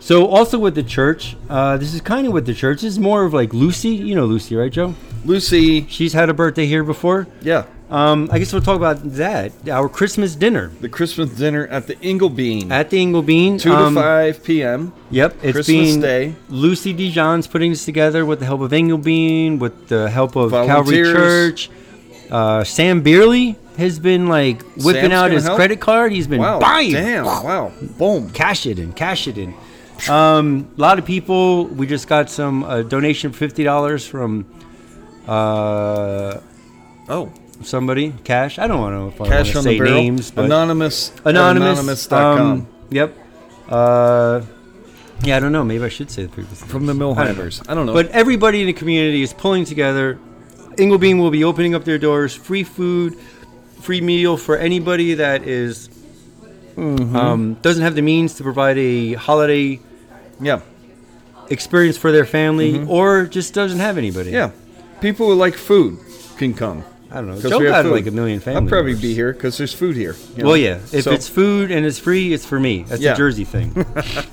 Speaker 1: So also with the church, uh, this is kind of with the church. This is more of like Lucy. You know Lucy, right, Joe?
Speaker 2: Lucy.
Speaker 1: She's had a birthday here before.
Speaker 2: Yeah.
Speaker 1: Um, I guess we'll talk about that. Our Christmas dinner
Speaker 2: The Christmas dinner at the Inglebean.
Speaker 1: at the Inglebean.
Speaker 2: 2
Speaker 1: um,
Speaker 2: to 5 p.m.
Speaker 1: Yep, it's
Speaker 2: Christmas
Speaker 1: being
Speaker 2: Day.
Speaker 1: Lucy Dijon's putting this together with the help of Engelbean, with the help of Calvary
Speaker 2: Volunteers.
Speaker 1: Church. Uh, Sam Beerley has been like whipping
Speaker 2: Sam's
Speaker 1: out
Speaker 2: gonna
Speaker 1: his
Speaker 2: help?
Speaker 1: credit card. He's been
Speaker 2: Wow.
Speaker 1: buying,
Speaker 2: Damn. Wow. Boom.
Speaker 1: cash it in, cash it in. Um, a lot of people. We just got some uh, donation for fifty dollars from uh,
Speaker 2: Oh.
Speaker 1: somebody. Cash. I don't know if I want
Speaker 2: Cash
Speaker 1: to
Speaker 2: on the
Speaker 1: say
Speaker 2: barrel.
Speaker 1: names, but
Speaker 2: anonymous. at
Speaker 1: anonymous.
Speaker 2: Anonymous.com.
Speaker 1: um, yep. Uh, yeah, I don't know. Maybe I should say the people's
Speaker 2: from the
Speaker 1: names. I don't know.
Speaker 2: Millheimers. I don't know.
Speaker 1: But everybody in the community is pulling together. Inglebeam will be opening up their doors, free food, free meal for anybody that is-
Speaker 2: Mm-hmm.
Speaker 1: um, doesn't have the means to provide a holiday
Speaker 2: yeah.
Speaker 1: experience for their family or just doesn't have anybody.
Speaker 2: Mm-hmm. Yeah. People who like food can come.
Speaker 1: I don't know.
Speaker 2: 'Cause
Speaker 1: Joe
Speaker 2: we have
Speaker 1: got
Speaker 2: food.
Speaker 1: like a million
Speaker 2: I'll
Speaker 1: family
Speaker 2: probably
Speaker 1: members.
Speaker 2: be here because there's food here. you know?
Speaker 1: Well, yeah. If
Speaker 2: So-
Speaker 1: it's food and it's free, it's for me. That's
Speaker 2: Yeah.
Speaker 1: a Jersey thing.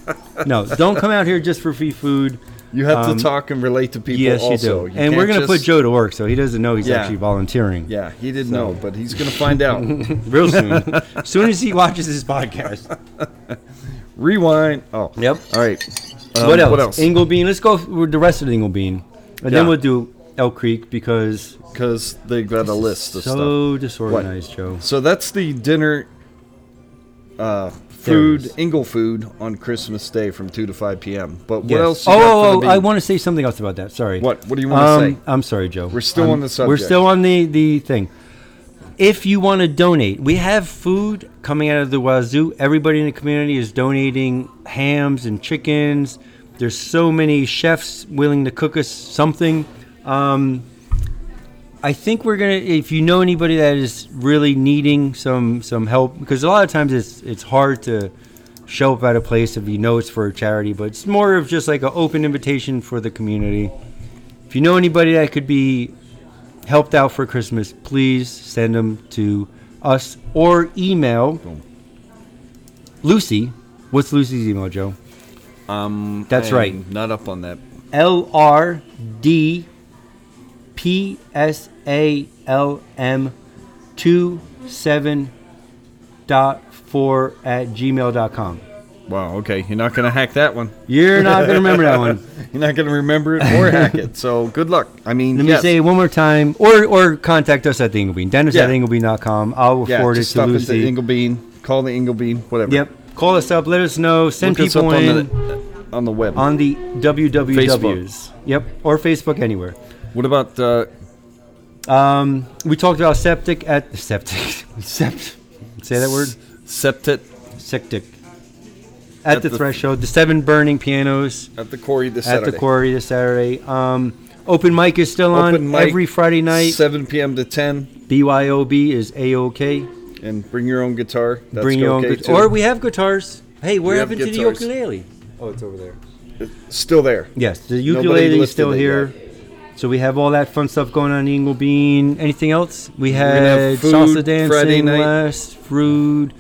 Speaker 1: no, don't come out here just for free food.
Speaker 2: you have
Speaker 1: um,
Speaker 2: to talk and relate to people.
Speaker 1: Yes,
Speaker 2: also.
Speaker 1: you do. and we're
Speaker 2: can't
Speaker 1: gonna put
Speaker 2: just-
Speaker 1: Joe to work, so he doesn't know he's
Speaker 2: Yeah.
Speaker 1: actually volunteering.
Speaker 2: Yeah, he didn't know, but he's gonna find out.
Speaker 1: real soon. as soon as he watches this
Speaker 2: Um,
Speaker 1: podcast.
Speaker 2: Rewind. Oh.
Speaker 1: Yep.
Speaker 2: All right. Um,
Speaker 1: what else? Inglebean. Let's go with the rest of the Inglebean, and then
Speaker 2: Yeah.
Speaker 1: we'll do Elk Creek because
Speaker 2: Because they got a list of stuff.
Speaker 1: so disorganized, Joe.
Speaker 2: So that's the dinner uh, food,
Speaker 1: There it
Speaker 2: Ingle food on Christmas Day from 2 to 5 p.m. But what
Speaker 1: Yes.
Speaker 2: else? you
Speaker 1: Oh,
Speaker 2: got
Speaker 1: oh,
Speaker 2: for
Speaker 1: oh
Speaker 2: the
Speaker 1: I
Speaker 2: meeting?
Speaker 1: want Um, to say something else about that. Sorry.
Speaker 2: What? What do you wanna say?
Speaker 1: I'm sorry, Joe.
Speaker 2: We're still
Speaker 1: I'm-
Speaker 2: on the
Speaker 1: We're
Speaker 2: subject.
Speaker 1: still on the the thing. If you want to donate, we have food coming out of the wazoo. Everybody in the community is donating hams and chickens. There's so many chefs willing to cook us something. Um, I think we're gonna. If you know anybody that is really needing some some help, because a lot of times it's it's hard to show up at a place if you know it's for a charity, but it's more of just like an open invitation for the community. If you know anybody that could be helped out for Christmas, please send them to us or email Lucy. What's Lucy's email, Joe?
Speaker 2: Um,
Speaker 1: That's
Speaker 2: I am
Speaker 1: right.
Speaker 2: Not up on that.
Speaker 1: L R D P S A L M two seven dot four at gmail.com.
Speaker 2: Wow. Okay, you're not gonna hack that one.
Speaker 1: You're not gonna remember that one.
Speaker 2: You're not gonna remember it or hack it. So good luck. I mean,
Speaker 1: Let me
Speaker 2: yes.
Speaker 1: say it one more time, or or contact us at the Inglebean. Dennis at
Speaker 2: Yeah.
Speaker 1: Inglebean.com. I'll
Speaker 2: yeah,
Speaker 1: forward it
Speaker 2: just
Speaker 1: to
Speaker 2: stop at the
Speaker 1: Lucy.
Speaker 2: Inglebean. Call the Inglebean. Whatever.
Speaker 1: yep. Call us up. Let us know. Send
Speaker 2: Look us up
Speaker 1: people
Speaker 2: on
Speaker 1: in
Speaker 2: the, on the web.
Speaker 1: on the WWWs. Yep. Or Facebook anywhere.
Speaker 2: what about uh,
Speaker 1: Um, we talked about septic at septic. Sept. Say that word.
Speaker 2: Septet
Speaker 1: Septic. At,
Speaker 2: At
Speaker 1: the,
Speaker 2: the-
Speaker 1: threshold, the seven burning pianos
Speaker 2: at the quarry this
Speaker 1: at
Speaker 2: Saturday.
Speaker 1: the quarry this Saturday. Um, open mic is still
Speaker 2: Open
Speaker 1: on
Speaker 2: mic,
Speaker 1: every Friday night.
Speaker 2: 7 p.m. to 10,
Speaker 1: BYOB is AOK.
Speaker 2: and bring your own guitar. That's
Speaker 1: Bring your own
Speaker 2: okay
Speaker 1: guitar.
Speaker 2: too.
Speaker 1: Or we have guitars. Hey, what
Speaker 2: We have
Speaker 1: happened to the
Speaker 2: guitars.
Speaker 1: ukulele? Oh, it's over there.
Speaker 2: Still there.
Speaker 1: Yes, the
Speaker 2: Nobody
Speaker 1: ukulele is
Speaker 2: lifted
Speaker 1: still
Speaker 2: it
Speaker 1: here. So we have all that fun stuff going on in Eagle Bean. Anything else? We
Speaker 2: gonna
Speaker 1: had
Speaker 2: have food
Speaker 1: salsa dancing
Speaker 2: Friday night.
Speaker 1: last, food.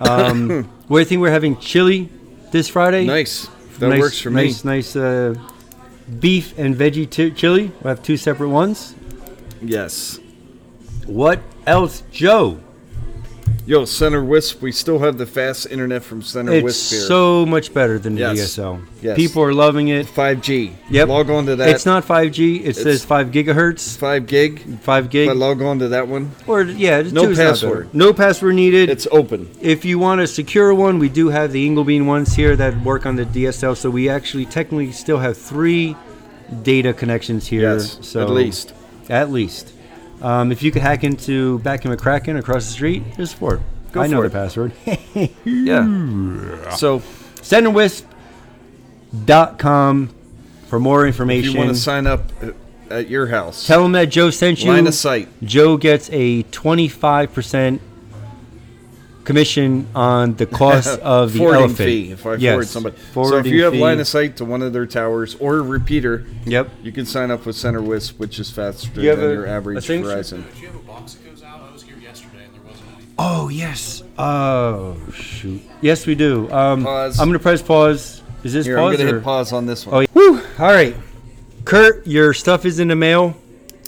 Speaker 1: Um, we think we're having chili this Friday.
Speaker 2: Nice. That
Speaker 1: nice,
Speaker 2: works for
Speaker 1: nice, Nice, uh, beef and veggie t- chili. We'll have two separate ones.
Speaker 2: me. Yes.
Speaker 1: What else, Joe?
Speaker 2: Yo, Center Wisp, we still have the fast internet from Center
Speaker 1: It's
Speaker 2: Wisp here.
Speaker 1: so much better than the
Speaker 2: Yes.
Speaker 1: DSL.
Speaker 2: Yes.
Speaker 1: People are loving it.
Speaker 2: 5G.
Speaker 1: Yep.
Speaker 2: Log on to that.
Speaker 1: it's not 5G. It says 5 gigahertz,
Speaker 2: 5 gig.
Speaker 1: 5 gig.
Speaker 2: But log on to that one.
Speaker 1: Or yeah, the
Speaker 2: No
Speaker 1: two is not
Speaker 2: password.
Speaker 1: better. No password needed.
Speaker 2: It's open.
Speaker 1: if you want a secure one, we do have the Inglebean ones here that work on the DSL. So we actually technically still have three data connections here.
Speaker 2: Yes.
Speaker 1: so
Speaker 2: At least.
Speaker 1: At least. Um, if you could hack into Back in McCracken across the street, there's four.
Speaker 2: Go
Speaker 1: I know
Speaker 2: for
Speaker 1: the password.
Speaker 2: Yeah. So
Speaker 1: Sendandwisp.com for more
Speaker 2: if you
Speaker 1: information.
Speaker 2: want to sign up at- at your house,
Speaker 1: Tell them that Joe sent you.
Speaker 2: line of sight.
Speaker 1: Joe gets a 25% commission on the cost of the
Speaker 2: forwarding
Speaker 1: elephant.
Speaker 2: fee if I forward somebody. so if
Speaker 1: Forwarding
Speaker 2: you have
Speaker 1: fee.
Speaker 2: line of sight to one of their towers or a repeater,
Speaker 1: Yep.
Speaker 2: you can sign up with Center Wisp, which is faster
Speaker 1: You have
Speaker 2: than
Speaker 1: a-
Speaker 2: your
Speaker 1: a
Speaker 2: average
Speaker 1: thing, sir?
Speaker 2: Verizon.
Speaker 3: Do you have a box that goes out? I was here yesterday and there wasn't any.
Speaker 1: Oh, yes. Oh, shoot. Yes, we do. Um,
Speaker 2: Pause.
Speaker 1: I'm going to press pause. Is this
Speaker 2: Here, I'm
Speaker 1: pause?
Speaker 2: gonna
Speaker 1: or-
Speaker 2: hit pause on this
Speaker 1: Oh,
Speaker 2: one.
Speaker 1: yeah. Woo. All right. Kurt, your stuff is in the mail.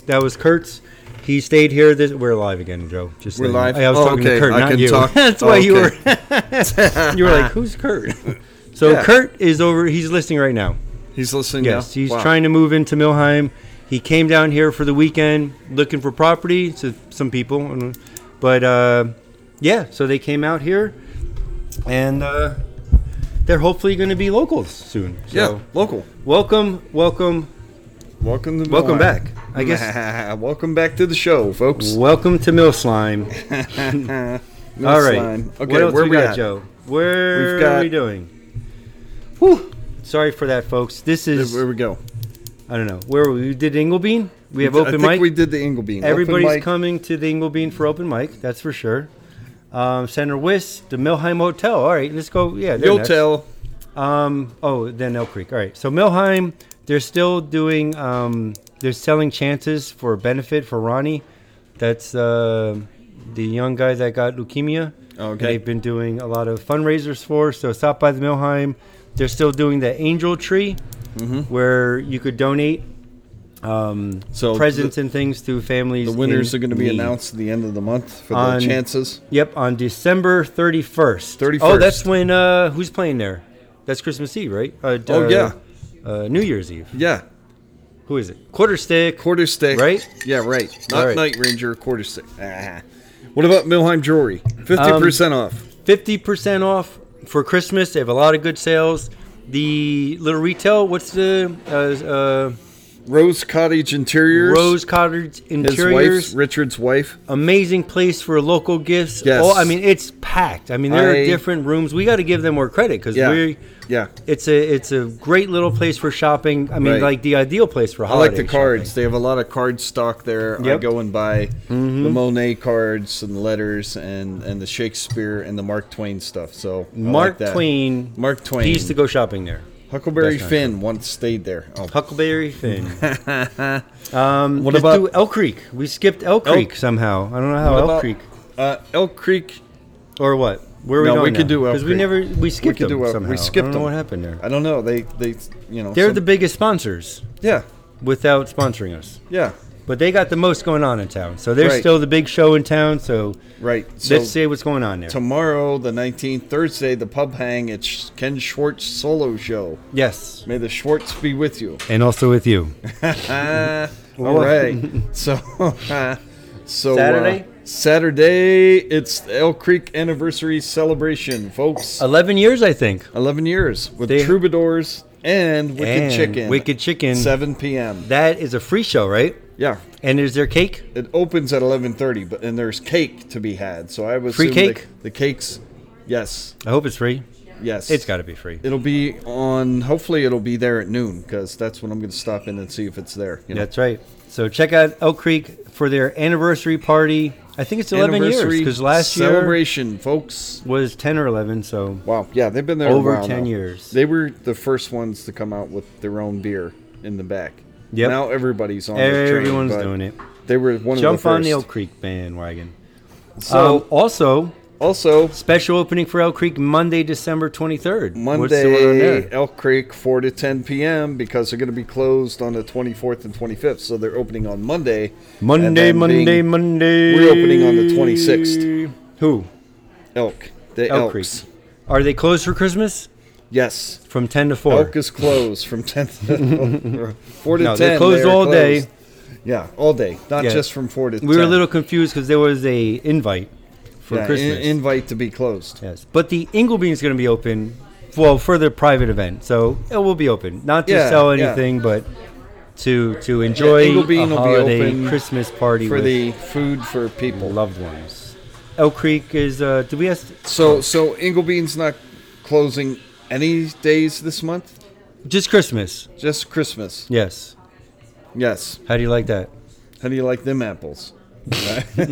Speaker 1: That was Kurt's. He stayed here. This We're live again, Joe. Just
Speaker 2: We're
Speaker 1: letting you-
Speaker 2: live?
Speaker 1: I was
Speaker 2: Oh,
Speaker 1: talking
Speaker 2: okay.
Speaker 1: to Kurt,
Speaker 2: I
Speaker 1: not
Speaker 2: can
Speaker 1: you.
Speaker 2: talk. Oh,
Speaker 1: That's why you
Speaker 2: Okay.
Speaker 1: were. you were like, "Who's Kurt?" So
Speaker 2: Yeah.
Speaker 1: Kurt is over. He's listening right now.
Speaker 2: He's listening.
Speaker 1: Oh, Yes,
Speaker 2: now?
Speaker 1: he's
Speaker 2: Wow.
Speaker 1: trying to move into Milheim. He came down here for the weekend looking for property to some people, and- but uh, yeah, so they came out here, and uh, they're hopefully going to be locals soon. So
Speaker 2: Yeah, local.
Speaker 1: welcome, welcome,
Speaker 2: Welcome to
Speaker 1: welcome
Speaker 2: Milan.
Speaker 1: back. I guess
Speaker 2: welcome back to the show, folks.
Speaker 1: welcome to Mill Slime.
Speaker 2: No
Speaker 1: All right.
Speaker 2: sign. Okay,
Speaker 1: what else
Speaker 2: where
Speaker 1: we
Speaker 2: we
Speaker 1: got,
Speaker 2: at?
Speaker 1: Joe? Where
Speaker 2: We've got-
Speaker 1: are we doing? Whew. Sorry for that, folks. This is
Speaker 2: Where we go?
Speaker 1: I don't know. Where were we? we did Inglebean? We have open
Speaker 2: I think
Speaker 1: mic.
Speaker 2: We did the Inglebean.
Speaker 1: Everybody's
Speaker 2: open mic.
Speaker 1: coming to the Inglebean for open mic, that's for sure. Um, Senator Wiss, the Milheim Hotel. All right, let's go. Yeah, they're
Speaker 2: You'll
Speaker 1: next.
Speaker 2: tell.
Speaker 1: Um, oh, then Elk Creek. All right, so Milheim, they're still doing. Um, they're selling chances for benefit for Ronnie. That's uh, the young guy that got leukemia.
Speaker 2: Oh, Okay.
Speaker 1: They've been doing a lot of fundraisers for. So stop by the Milheim. They're still doing the Angel Tree,
Speaker 2: Mm-hmm.
Speaker 1: where you could donate um,
Speaker 2: So
Speaker 1: presents and things to families.
Speaker 2: The winners
Speaker 1: in
Speaker 2: are going to be
Speaker 1: need.
Speaker 2: announced at the end of the month for
Speaker 1: On-
Speaker 2: the chances.
Speaker 1: Yep, on December thirty first.
Speaker 2: 31st.
Speaker 1: Oh, that's when. Uh, who's playing there? That's Christmas Eve, right? Uh, d-
Speaker 2: Oh,
Speaker 1: uh,
Speaker 2: yeah.
Speaker 1: Uh, New Year's Eve.
Speaker 2: Yeah,
Speaker 1: Who is it? Quarter stick.
Speaker 2: quarter stick.
Speaker 1: Right?
Speaker 2: Yeah, right. Not
Speaker 1: All right.
Speaker 2: Night Ranger, quarter stick. Ah. What about Milheim Jewelry? Fifty percent off.
Speaker 1: Fifty percent off for Christmas. They have a lot of good sales. The little retail. What's the uh, uh,
Speaker 2: Rose Cottage Interiors.
Speaker 1: Rose Cottage
Speaker 2: his
Speaker 1: Interiors,
Speaker 2: wife, Richard's wife.
Speaker 1: amazing place for local gifts.
Speaker 2: Yes.
Speaker 1: All, I mean, it's packed. I mean, there
Speaker 2: I-
Speaker 1: are different rooms. We got to give them more credit because
Speaker 2: Yeah.
Speaker 1: we.
Speaker 2: Yeah.
Speaker 1: It's a it's a great little place for shopping. I mean,
Speaker 2: Right.
Speaker 1: like the ideal place for
Speaker 2: I
Speaker 1: holiday.
Speaker 2: like the cards. They have a lot of card stock there. I
Speaker 1: Yep. Mm-hmm.
Speaker 2: go and buy the Monet cards and letters and, and the Shakespeare and the Mark Twain stuff. So I
Speaker 1: shopping. Mark
Speaker 2: like that.
Speaker 1: Twain.
Speaker 2: Mark Twain.
Speaker 1: He used to go shopping there.
Speaker 2: Huckleberry
Speaker 1: That's not
Speaker 2: Finn once stayed there. Oh,
Speaker 1: Huckleberry Finn. um,
Speaker 2: What
Speaker 1: let's
Speaker 2: about-
Speaker 1: do Elk Creek? We skipped Elk
Speaker 2: Elk-
Speaker 1: Creek somehow. I don't know how
Speaker 2: What
Speaker 1: Elk
Speaker 2: about-
Speaker 1: Creek
Speaker 2: Uh, Elk Creek.
Speaker 1: or what. Where are we
Speaker 2: No,
Speaker 1: going
Speaker 2: we could
Speaker 1: now?
Speaker 2: do Elk
Speaker 1: we
Speaker 2: Creek.
Speaker 1: never we skipped
Speaker 2: could
Speaker 1: them
Speaker 2: do Elk- we
Speaker 1: somehow. I don't
Speaker 2: skipped
Speaker 1: know
Speaker 2: them.
Speaker 1: what happened there.
Speaker 2: I don't know. They they you know.
Speaker 1: They're
Speaker 2: some-
Speaker 1: the biggest sponsors
Speaker 2: yeah
Speaker 1: without sponsoring us,
Speaker 2: yeah
Speaker 1: but they got the most going on in town. So they're
Speaker 2: Right.
Speaker 1: still the big show in town. So,
Speaker 2: right. So
Speaker 1: let's see what's going on there.
Speaker 2: tomorrow the nineteenth, Thursday, the pub hang. It's Ken Schwartz solo show.
Speaker 1: yes,
Speaker 2: May the Schwartz be with you.
Speaker 1: and also with you.
Speaker 2: Ah, all right. So, so uh,
Speaker 1: Saturday?
Speaker 2: Saturday, it's Elk Creek anniversary celebration, folks.
Speaker 1: Eleven years, I think.
Speaker 2: Eleven years with
Speaker 1: They-
Speaker 2: Troubadours and Wicked
Speaker 1: And
Speaker 2: Chicken.
Speaker 1: Wicked Chicken.
Speaker 2: Seven p.m.
Speaker 1: That is a free show, right?
Speaker 2: Yeah,
Speaker 1: And is there cake?
Speaker 2: it opens at eleven thirty, but and there's cake to be had. So I was
Speaker 1: Free cake?
Speaker 2: The, the cakes, yes,
Speaker 1: I hope it's free.
Speaker 2: yes.
Speaker 1: It's got to be free.
Speaker 2: It'll be on. Hopefully, it'll be there at noon because that's when I'm going to stop in and see if it's there. You know?
Speaker 1: That's right. So check out Elk Creek for their anniversary party. I think it's 11 years
Speaker 2: Anniversary
Speaker 1: because last year
Speaker 2: celebration, folks.
Speaker 1: was 10 or 11. So
Speaker 2: Wow, yeah, they've been there
Speaker 1: Over
Speaker 2: a while
Speaker 1: 10
Speaker 2: now.
Speaker 1: years.
Speaker 2: They were the first ones to come out with their own beer in the back.
Speaker 1: Yep.
Speaker 2: Now everybody's on. this train,
Speaker 1: everyone's
Speaker 2: but
Speaker 1: doing it.
Speaker 2: They were one
Speaker 1: Jump
Speaker 2: of the
Speaker 1: on the
Speaker 2: first.
Speaker 1: Elk Creek bandwagon.
Speaker 2: So
Speaker 1: um, also,
Speaker 2: also
Speaker 1: special opening for Elk Creek Monday, December 23rd. What's the word on
Speaker 2: Monday,
Speaker 1: there?
Speaker 2: Elk Creek, four to ten p.m. because they're going to be closed on the 24th and 25th, so they're opening on Monday. and
Speaker 1: Monday,
Speaker 2: then
Speaker 1: Monday,
Speaker 2: being
Speaker 1: Monday.
Speaker 2: we're opening on the 26th.
Speaker 1: Who?
Speaker 2: Elk, the
Speaker 1: Elk
Speaker 2: Elks.
Speaker 1: Creek. Are they closed for Christmas?
Speaker 2: Yes,
Speaker 1: From 10 to 4.
Speaker 2: Elk is closed from 10 to 4 to
Speaker 1: No,
Speaker 2: 10.
Speaker 1: they're closed
Speaker 2: are
Speaker 1: all day.
Speaker 2: Yeah, all day, not
Speaker 1: Yeah.
Speaker 2: just from 4 to 10.
Speaker 1: we were a little confused because there was a invite for
Speaker 2: Yeah, in-
Speaker 1: Christmas.
Speaker 2: invite to be closed.
Speaker 1: Yes, but the Inglebean is going to be open. Well, for the private event, so it will be open. Not to
Speaker 2: Yeah,
Speaker 1: sell
Speaker 2: yeah.
Speaker 1: anything, but to to enjoy
Speaker 2: Inglebean
Speaker 1: a
Speaker 2: will be
Speaker 1: holiday
Speaker 2: open
Speaker 1: Christmas party
Speaker 2: For
Speaker 1: with
Speaker 2: the food for people.
Speaker 1: loved ones. Elk Creek is. Uh, do we ask?
Speaker 2: So so Inglebean's not closing any days this month,
Speaker 1: Just Christmas.
Speaker 2: just Christmas.
Speaker 1: Yes.
Speaker 2: Yes.
Speaker 1: How do you like that?
Speaker 2: How do you like them apples?
Speaker 1: All right.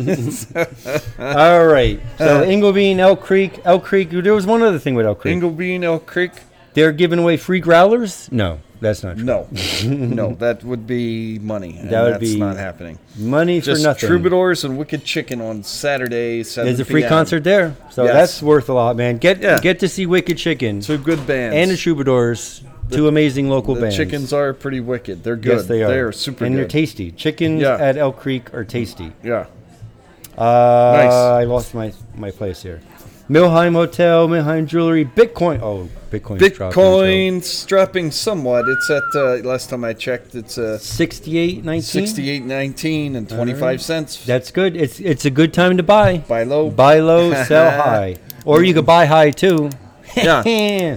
Speaker 2: Uh.
Speaker 1: So Inglebean, Elk Creek, Elk Creek. There was one other thing with Elk Creek.
Speaker 2: Inglebean Elk Creek?
Speaker 1: They're giving away free growlers. No, that's not true.
Speaker 2: No. no, that would be money. and
Speaker 1: That would
Speaker 2: that's
Speaker 1: be
Speaker 2: not happening.
Speaker 1: Money
Speaker 2: Just
Speaker 1: for nothing.
Speaker 2: Troubadours and Wicked Chicken on Saturday, 7
Speaker 1: There's a free
Speaker 2: p.m.
Speaker 1: concert there, so
Speaker 2: Yes.
Speaker 1: that's worth a lot, man. Get
Speaker 2: Yeah.
Speaker 1: get to see Wicked Chicken
Speaker 2: Two good bands.
Speaker 1: and the Troubadours, two amazing local
Speaker 2: The
Speaker 1: bands.
Speaker 2: chickens are pretty wicked. They're good.
Speaker 1: yes, they are.
Speaker 2: They are super
Speaker 1: and they're
Speaker 2: good.
Speaker 1: tasty. Chickens
Speaker 2: Yeah.
Speaker 1: at Elk Creek are tasty.
Speaker 2: yeah.
Speaker 1: Uh,
Speaker 2: Nice.
Speaker 1: I lost my my place here. Milheim Hotel, Milheim Jewelry, Bitcoin. Oh, Bitcoin.
Speaker 2: Bitcoin's dropping somewhat. It's at uh, last time I checked, it's uh,
Speaker 1: Sixty-eight nineteen.
Speaker 2: sixty-eight nineteen and twenty-five cents.
Speaker 1: That's good. It's it's a good time to buy.
Speaker 2: Buy low.
Speaker 1: Buy low, sell high, or you could buy high too.
Speaker 2: Yeah.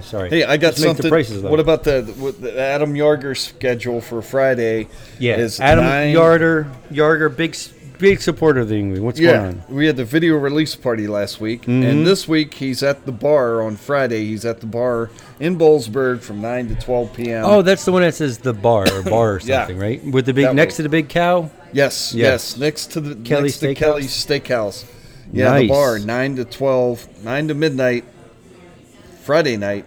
Speaker 1: Sorry.
Speaker 2: Hey, I got
Speaker 1: Just make
Speaker 2: something.
Speaker 1: The prices low.
Speaker 2: what about the, what the Adam Yarger schedule for Friday?
Speaker 1: Yeah,
Speaker 2: is
Speaker 1: Adam
Speaker 2: nine-
Speaker 1: Yarder, Yarder, big s- big supporter of the England. What's
Speaker 2: Yeah,
Speaker 1: going on?
Speaker 2: we had the video release party last week,
Speaker 1: Mm-hmm.
Speaker 2: and this week he's at the bar on Friday. He's at the bar in Bollesburg from nine to twelve p.m.
Speaker 1: Oh, that's the one that says the bar or bar or
Speaker 2: Um, Yeah.
Speaker 1: something, right? With the big
Speaker 2: That
Speaker 1: next
Speaker 2: one.
Speaker 1: to the big cow. Yes.
Speaker 2: Yes, yes. Next to the
Speaker 1: Kelly's
Speaker 2: next to
Speaker 1: Steakhouse?
Speaker 2: Kelly's Steakhouse. Yeah,
Speaker 1: Nice.
Speaker 2: the bar, nine to twelve, nine to midnight, Friday night.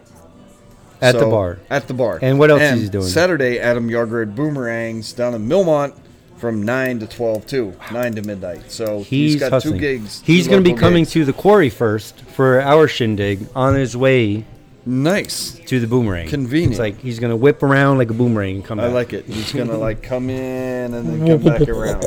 Speaker 1: At the
Speaker 2: So,
Speaker 1: bar.
Speaker 2: At the bar.
Speaker 1: And what else is he doing?
Speaker 2: Saturday, Adam Yarger at Boomerangs down in Milmont from nine to twelve too, nine to midnight. So
Speaker 1: He's,
Speaker 2: he's got
Speaker 1: hustling.
Speaker 2: two gigs.
Speaker 1: He's
Speaker 2: two
Speaker 1: going to be
Speaker 2: local
Speaker 1: coming
Speaker 2: gigs.
Speaker 1: to the quarry first for our shindig on his way
Speaker 2: Nice.
Speaker 1: to the boomerang.
Speaker 2: Convenient.
Speaker 1: It's like he's going to whip around like a boomerang and come
Speaker 2: I
Speaker 1: back.
Speaker 2: like it. He's gonna like come in and then come back around.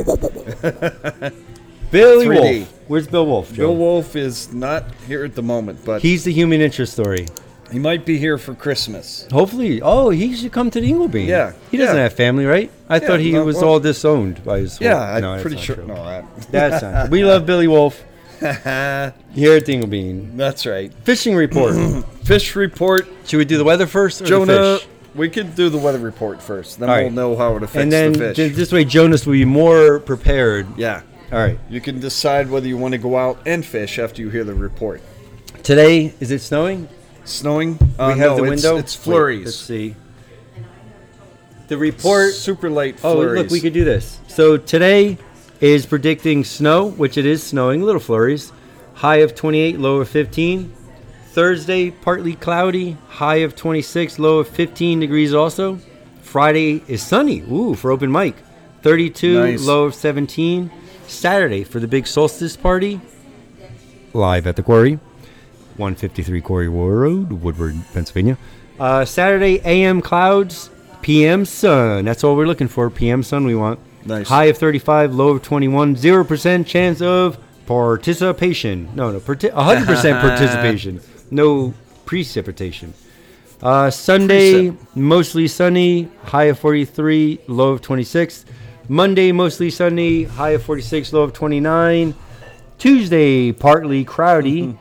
Speaker 1: Billy
Speaker 2: 3D.
Speaker 1: Wolf. Where's Bill Wolf? Joe?
Speaker 2: Bill Wolf is not here at the moment, but he,
Speaker 1: He's the human interest story.
Speaker 2: he might be here for Christmas.
Speaker 1: Hopefully, oh, he should come to the Inglebean.
Speaker 2: Yeah,
Speaker 1: he doesn't
Speaker 2: yeah.
Speaker 1: have family, right? I thought he
Speaker 2: no,
Speaker 1: was
Speaker 2: well-
Speaker 1: all disowned by his.
Speaker 2: Yeah,
Speaker 1: No,
Speaker 2: I'm
Speaker 1: that's
Speaker 2: pretty
Speaker 1: not
Speaker 2: sure.
Speaker 1: true.
Speaker 2: No, I,
Speaker 1: That's not true. We love Billy Wolf
Speaker 2: That's
Speaker 1: here at Dinglebean.
Speaker 2: right.
Speaker 1: Fishing report.
Speaker 2: Fish report.
Speaker 1: Should we do the weather first? Or the
Speaker 2: Jonah
Speaker 1: fish?
Speaker 2: we could do the weather report first. Then
Speaker 1: All
Speaker 2: we'll
Speaker 1: right.
Speaker 2: know how it affects
Speaker 1: and then
Speaker 2: the
Speaker 1: th-
Speaker 2: fish.
Speaker 1: this way Jonas will be more prepared.
Speaker 2: yeah.
Speaker 1: All right.
Speaker 2: You can decide whether you want to go out and fish after you hear the report.
Speaker 1: Today is it snowing?
Speaker 2: Snowing?
Speaker 1: We
Speaker 2: Uh,
Speaker 1: have
Speaker 2: no,
Speaker 1: the
Speaker 2: it's,
Speaker 1: window.
Speaker 2: It's
Speaker 1: Wait, let's
Speaker 2: flurries.
Speaker 1: see. The report.
Speaker 2: super late
Speaker 1: Oh,
Speaker 2: flurries.
Speaker 1: look, we could do this. So today is predicting snow, which it is snowing, little flurries. High of 28, low of 15. Thursday, partly cloudy, high of 26, low of 15 degrees also. Friday is sunny, ooh, for open mic. 32,
Speaker 2: Nice.
Speaker 1: low of 17. Saturday for the big solstice party, live at the quarry. 153 Quarry Road, Woodward, Pennsylvania. Uh, Saturday, AM clouds, PM sun. That's all we're looking for. PM sun we want.
Speaker 2: Nice.
Speaker 1: High of 35, low of 21, 0% chance of participation. No, no, parti- 100% participation. No precipitation. Uh, Sunday, mostly sunny, high of 43, low of 26. Monday, mostly sunny, high of 46, low of 29. Tuesday, partly cloudy.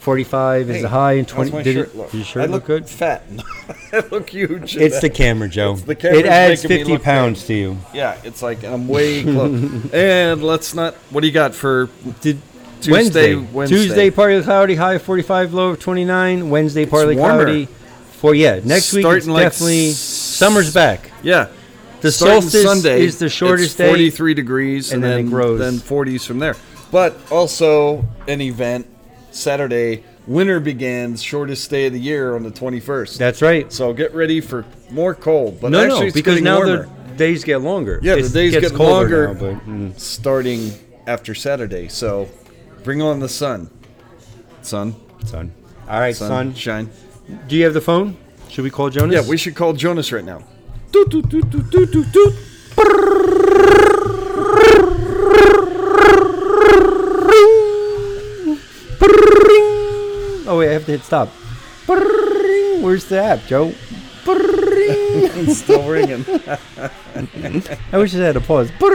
Speaker 1: 45 is
Speaker 2: Mm-hmm. Hey,
Speaker 1: the high and
Speaker 2: How's
Speaker 1: 20
Speaker 2: my
Speaker 1: did
Speaker 2: shirt
Speaker 1: it,
Speaker 2: look?
Speaker 1: Did your shirt
Speaker 2: I
Speaker 1: look good?
Speaker 2: fat. I look huge. in
Speaker 1: It's
Speaker 2: that.
Speaker 1: the camera, Joe.
Speaker 2: the
Speaker 1: it
Speaker 2: camera's
Speaker 1: adds
Speaker 2: making me
Speaker 1: 50
Speaker 2: look big.
Speaker 1: pounds to you.
Speaker 2: Yeah, it's like I'm way close. and let's not. What do you got for?
Speaker 1: Did
Speaker 2: Tuesday, Wednesday.
Speaker 1: Tuesday partly cloudy, high of 45, low of 29. Wednesday partly
Speaker 2: warmer.
Speaker 1: cloudy. For yeah, next week it's
Speaker 2: Starting like
Speaker 1: definitely
Speaker 2: s-
Speaker 1: summer's back.
Speaker 2: Yeah,
Speaker 1: The
Speaker 2: starting
Speaker 1: solstice is the shortest
Speaker 2: it's
Speaker 1: day.
Speaker 2: 43 degrees,
Speaker 1: and
Speaker 2: and,
Speaker 1: then it
Speaker 2: then
Speaker 1: grows.
Speaker 2: Then 40s from there. But also an event Saturday. Winter begins shortest day of the year on the 21st.
Speaker 1: That's right.
Speaker 2: so get ready for more cold. But
Speaker 1: no,
Speaker 2: actually,
Speaker 1: no,
Speaker 2: it's
Speaker 1: because
Speaker 2: getting
Speaker 1: now
Speaker 2: warmer.
Speaker 1: the days get longer.
Speaker 2: Yeah,
Speaker 1: It's-
Speaker 2: the days
Speaker 1: gets
Speaker 2: get
Speaker 1: colder
Speaker 2: longer
Speaker 1: now, but, mm.
Speaker 2: starting after Saturday. So bring on the sun. Sun.
Speaker 1: Son. All right, son.
Speaker 2: Shine.
Speaker 1: Do you have the phone? Should we call Jonas?
Speaker 2: Yeah, we should call Jonas right now.
Speaker 1: Doot, doot, doot, doot, doot, doot, doot. Oh wait, I have to hit stop. Where's the app, Joe?
Speaker 2: It's still ringing.
Speaker 1: I wish I had a pause. Hello,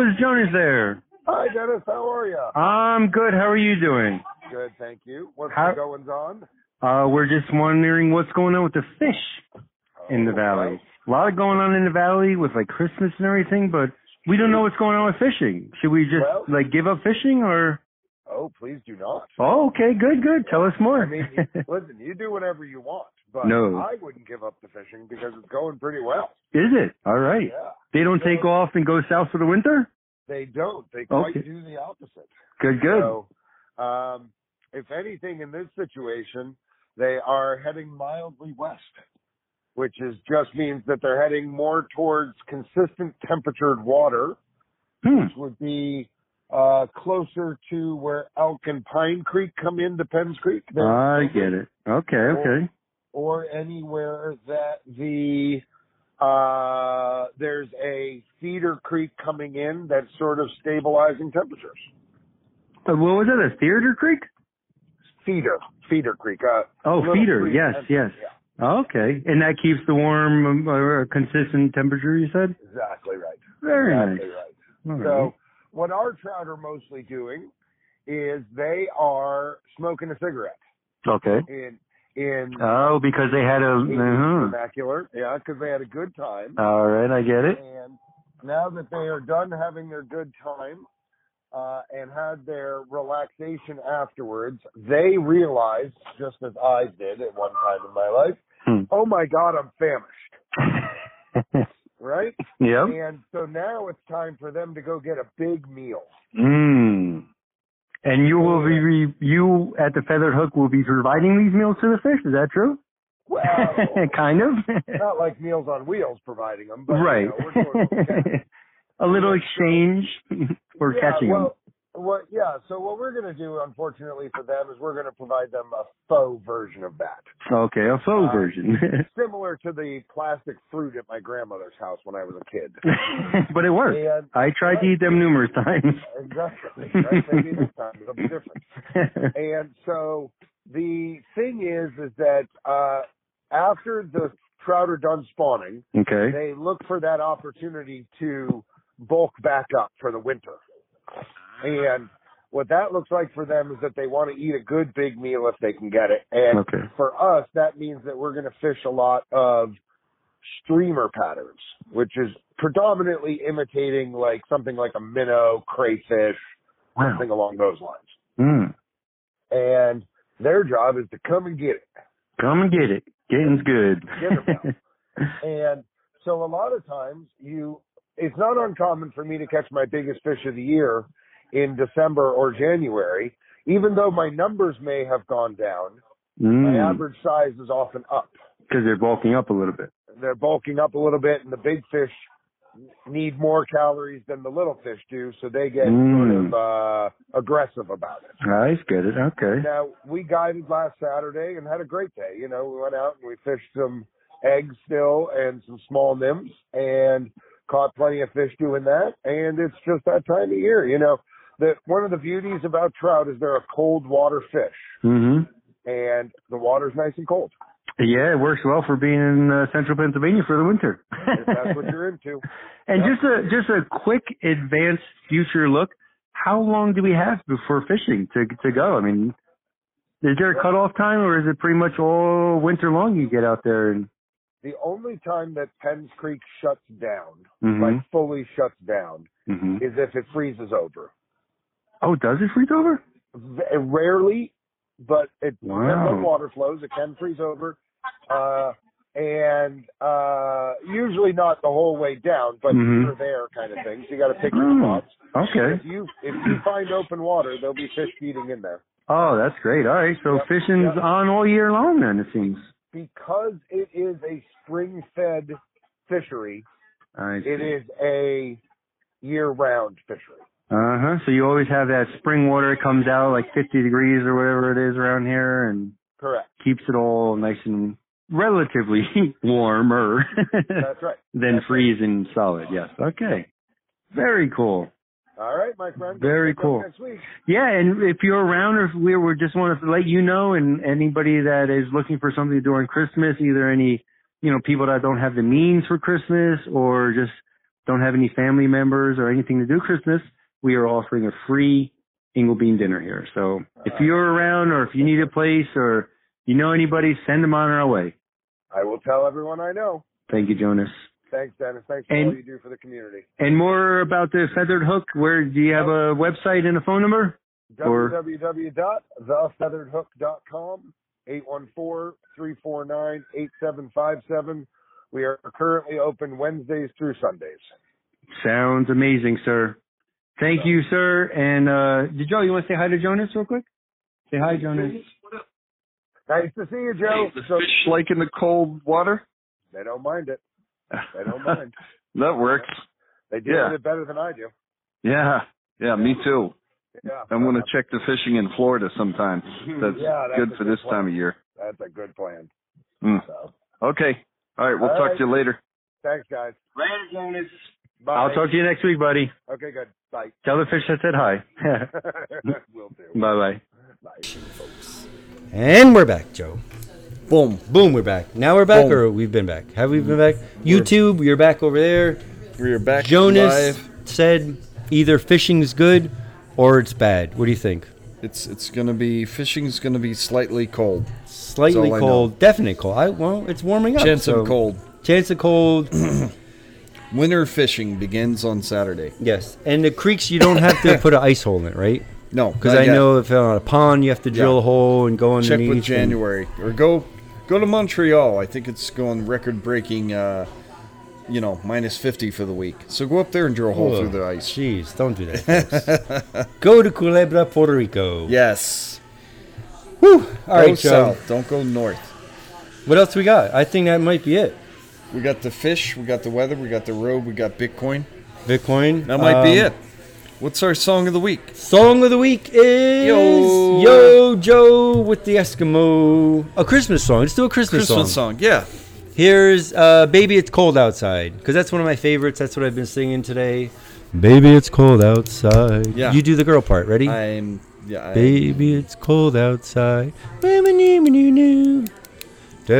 Speaker 1: is Jonas there?
Speaker 4: Hi, Dennis. How are you?
Speaker 1: I'm good. How are you doing?
Speaker 4: Good, thank you. What's
Speaker 1: How-
Speaker 4: going on?
Speaker 1: Uh, we're just wondering what's going on with the
Speaker 4: Oh,
Speaker 1: fish in the valley. A lot of going on in the valley with like Christmas and everything, but we don't know what's going on with fishing. Should we just
Speaker 4: Well-
Speaker 1: like give up fishing or?
Speaker 4: Oh, please do not.
Speaker 1: Oh, okay, good, good. Tell us more.
Speaker 4: I mean, you- listen, you do whatever you want, but
Speaker 1: No.
Speaker 4: I wouldn't give up the fishing because it's going pretty well.
Speaker 1: Is it all right?
Speaker 4: Yeah.
Speaker 1: They don't take off and go south for the winter.
Speaker 4: They don't. They quite
Speaker 1: Okay.
Speaker 4: do the opposite.
Speaker 1: Good, good.
Speaker 4: So, um, if anything, in this situation, they are heading mildly west, which is just means that they're heading more towards consistent temperatured water.
Speaker 1: hmm.
Speaker 4: which would be uh, closer to where Elk and Pine Creek come into Penn's Creek, there,
Speaker 1: I get it. Okay, okay.
Speaker 4: or anywhere that the uh, there's a feeder creek coming in that's sort of stabilizing temperatures.
Speaker 1: Uh, what was it? A theater creek?
Speaker 4: Feeder, feeder creek. Uh,
Speaker 1: Oh,
Speaker 4: little
Speaker 1: feeder.
Speaker 4: creek.
Speaker 1: Yes, yes.
Speaker 4: Yeah,
Speaker 1: Okay, and that keeps the warm, um, uh, consistent temperature. You said
Speaker 4: exactly right.
Speaker 1: very
Speaker 4: exactly
Speaker 1: nice.
Speaker 4: right.
Speaker 1: All right.
Speaker 4: So what our trout are mostly doing is they are smoking a cigarette
Speaker 1: Okay.
Speaker 4: in in
Speaker 1: Oh, because they had a. Uh-huh.
Speaker 4: vernacular, yeah, because they had a good time.
Speaker 1: All right, I get it.
Speaker 4: And now that they are done having their good time uh, and had their relaxation afterwards, they realized, just as I did at one time in my life,
Speaker 1: Hmm.
Speaker 4: oh my God, I'm famished. right?
Speaker 1: Yep.
Speaker 4: And so now it's time for them to go get a big meal.
Speaker 1: Mm. And you will be re- you at the Feathered Hook will be providing these meals to the fish. Is that true?
Speaker 4: Well,
Speaker 1: kind of.
Speaker 4: not like Meals on Wheels providing them, but you
Speaker 1: right.
Speaker 4: know, we're doing what we can.
Speaker 1: a little exchange for
Speaker 4: yeah,
Speaker 1: catching them.
Speaker 4: well, What, yeah, so what we're going to do, unfortunately, for them is we're going to provide them a faux version of that.
Speaker 1: Okay, a faux
Speaker 4: uh,
Speaker 1: version.
Speaker 4: Similar to the plastic fruit at my grandmother's house when I was a kid.
Speaker 1: but it worked.
Speaker 4: And
Speaker 1: I tried to eat them numerous times.
Speaker 4: exactly, right? Maybe this time it'll be different. And so the thing is, is that uh, after the trout are done spawning,
Speaker 1: okay.
Speaker 4: they look for that opportunity to bulk back up for the winter. And What that looks like for them is that they want to eat a good big meal if they can get it. And
Speaker 2: Okay.
Speaker 4: for us, that means that we're going to fish a lot of streamer patterns, which is predominantly imitating like something like a minnow, crayfish,
Speaker 2: Wow.
Speaker 4: something along those lines.
Speaker 5: Mm.
Speaker 4: And their job is to come and get it.
Speaker 5: Come and get it. Getting's good.
Speaker 4: Get 'em out. And so a lot of times you, it's not uncommon for me to catch my biggest fish of the year in December or January, even though my numbers may have gone down. My
Speaker 5: mm.
Speaker 4: average size is often up.
Speaker 5: Because they're bulking up a little bit.
Speaker 4: They're bulking up a little bit and the big fish need more calories than the little fish do. So they get
Speaker 5: Mm.
Speaker 4: sort of, uh, aggressive about it.
Speaker 5: I get it. Okay.
Speaker 4: Now we guided last Saturday and had a great day. You know, we went out and we fished some eggs still and some small nymphs and caught plenty of fish doing that. And it's just that time of year, you know. That one of the beauties about trout is they're a cold water fish
Speaker 5: hmm
Speaker 4: and the water's nice and cold.
Speaker 5: Yeah, it works well for being in uh, central Pennsylvania for the winter.
Speaker 4: If that's what you're into.
Speaker 5: and
Speaker 4: Yeah.
Speaker 5: just a just a quick advanced future look. How long do we have before fishing to to go? I mean, is there a cutoff time, or is it pretty much all winter long? You get out there and
Speaker 4: The only time that Penn's Creek shuts down,
Speaker 5: Mhm.
Speaker 4: like fully shuts down,
Speaker 5: Mhm.
Speaker 4: is if it freezes over.
Speaker 5: oh, does it freeze over?
Speaker 4: v- rarely, but it
Speaker 5: Wow.
Speaker 4: depends on water flows. It can freeze over, uh, and uh, usually not the whole way down, but
Speaker 5: Mhm.
Speaker 4: you're there kind of thing. So you got to pick your
Speaker 5: Hmm.
Speaker 4: spots.
Speaker 5: Okay.
Speaker 4: If you if you find open water, there'll be fish feeding in there
Speaker 5: Oh, that's great. All right, so
Speaker 4: Yep,
Speaker 5: fishing's
Speaker 4: yep.
Speaker 5: on all year long then. It seems.
Speaker 4: because it is a spring-fed fishery.
Speaker 5: I
Speaker 4: It is a year-round fishery.
Speaker 5: Uh huh. So you always have that spring water that comes out like 50 degrees or whatever it is around here, and
Speaker 4: Correct.
Speaker 5: keeps it all nice and relatively er. warmer
Speaker 4: That's right.
Speaker 5: than freezing solid. Yes. Okay. Very cool.
Speaker 4: All right, my friend.
Speaker 5: Very
Speaker 4: Pick up
Speaker 5: cool.
Speaker 4: Next week.
Speaker 5: Yeah, and if you're around, or if we we just want to let you know, and anybody that is looking for something during Christmas, either any you know people that don't have the means for Christmas, or just don't have any family members or anything to do Christmas, we are offering a free Ingle Bean dinner here. So if you're around, or if you need a place, or you know anybody, send them on our way.
Speaker 4: I will tell everyone I know.
Speaker 5: Thank you, Jonas.
Speaker 4: Thanks, Dennis. Thanks for
Speaker 5: And-
Speaker 4: all you do for the community.
Speaker 5: And more about the feathered hook. Where do you have a website and a phone number? Or-
Speaker 4: www.thefeatheredhook.com, 814-349-8757. We are currently open Wednesdays through Sundays.
Speaker 5: Sounds amazing, sir. Thank you, sir. And uh Joe, you want to say hi to Jonas real quick? Say hi, Jonas.
Speaker 4: Nice to see you, Joe.
Speaker 6: the
Speaker 4: So-
Speaker 6: fish like in the cold water?
Speaker 4: they don't mind it. They don't mind.
Speaker 6: that works.
Speaker 4: They deal
Speaker 6: Yeah.
Speaker 4: with it better than I do.
Speaker 6: Yeah. Yeah, me too.
Speaker 4: Yeah.
Speaker 6: I'm going to check the fishing in Florida sometime. That's,
Speaker 4: Yeah, that's
Speaker 6: good
Speaker 4: a
Speaker 6: for
Speaker 4: good
Speaker 6: this time of year.
Speaker 4: That's a good plan.
Speaker 6: Mm.
Speaker 4: So,
Speaker 6: Okay. All right. We'll
Speaker 4: All
Speaker 6: talk
Speaker 4: right.
Speaker 6: to you later.
Speaker 4: thanks, guys.
Speaker 5: Later, Jonas.
Speaker 4: Bye.
Speaker 5: I'll talk to you next week, buddy.
Speaker 4: Okay, good. Bye.
Speaker 5: Tell the fish I said hi.
Speaker 4: Will do.
Speaker 5: bye bye.
Speaker 4: Bye.
Speaker 1: And we're back, Joe.
Speaker 2: Boom.
Speaker 1: Boom, we're back. Now we're back,
Speaker 2: Boom.
Speaker 1: or we've been back? Have we been back? YouTube, you're back over there.
Speaker 2: We are back
Speaker 1: Jonas
Speaker 2: live.
Speaker 1: said either fishing's good or it's bad. What do you think?
Speaker 2: It's it's gonna be fishing's gonna be slightly cold.
Speaker 1: Slightly
Speaker 2: all I know.
Speaker 1: cold, definite cold. I well, it's warming up.
Speaker 2: Chance
Speaker 1: so-
Speaker 2: of cold.
Speaker 1: Chance of cold.
Speaker 2: Winter fishing begins on Saturday.
Speaker 1: yes, and the creeks you don't have to put an ice hole in it, right?
Speaker 2: No,
Speaker 1: Because
Speaker 2: not
Speaker 1: I
Speaker 2: yet.
Speaker 1: know if on a pond you have to drill
Speaker 2: Yeah.
Speaker 1: a hole and go
Speaker 2: check
Speaker 1: underneath.
Speaker 2: with
Speaker 1: and-
Speaker 2: January or go go to Montreal. I think it's going record breaking. Uh, you know, minus fifty for the week. So go up there and drill a hole
Speaker 1: Ugh,
Speaker 2: through the ice.
Speaker 1: Jeez, don't do that. folks. Go to Culebra, Puerto Rico.
Speaker 2: Yes.
Speaker 1: Whew. All
Speaker 2: go
Speaker 1: right, Joe.
Speaker 2: south. Don't go north.
Speaker 1: What else we got? I think that might be it.
Speaker 2: We got the fish. We got the weather. We got the road. We got Bitcoin.
Speaker 1: Bitcoin.
Speaker 2: That might be
Speaker 1: Um,
Speaker 2: it. What's our song of the week?
Speaker 1: Song of the week is Yo,
Speaker 2: Yo.
Speaker 1: Joe with the Eskimo. A Christmas song. Let's do a Christmas,
Speaker 2: Christmas
Speaker 1: song.
Speaker 2: song. Yeah.
Speaker 1: Here's uh, Baby It's Cold Outside because that's one of my favorites. That's what I've been singing today. Baby It's Cold Outside.
Speaker 2: Yeah.
Speaker 1: You do the girl part. Ready?
Speaker 2: I'm. Yeah. I,
Speaker 1: Baby, it's cold outside. Wee-ma-nee-ma-nee-noo.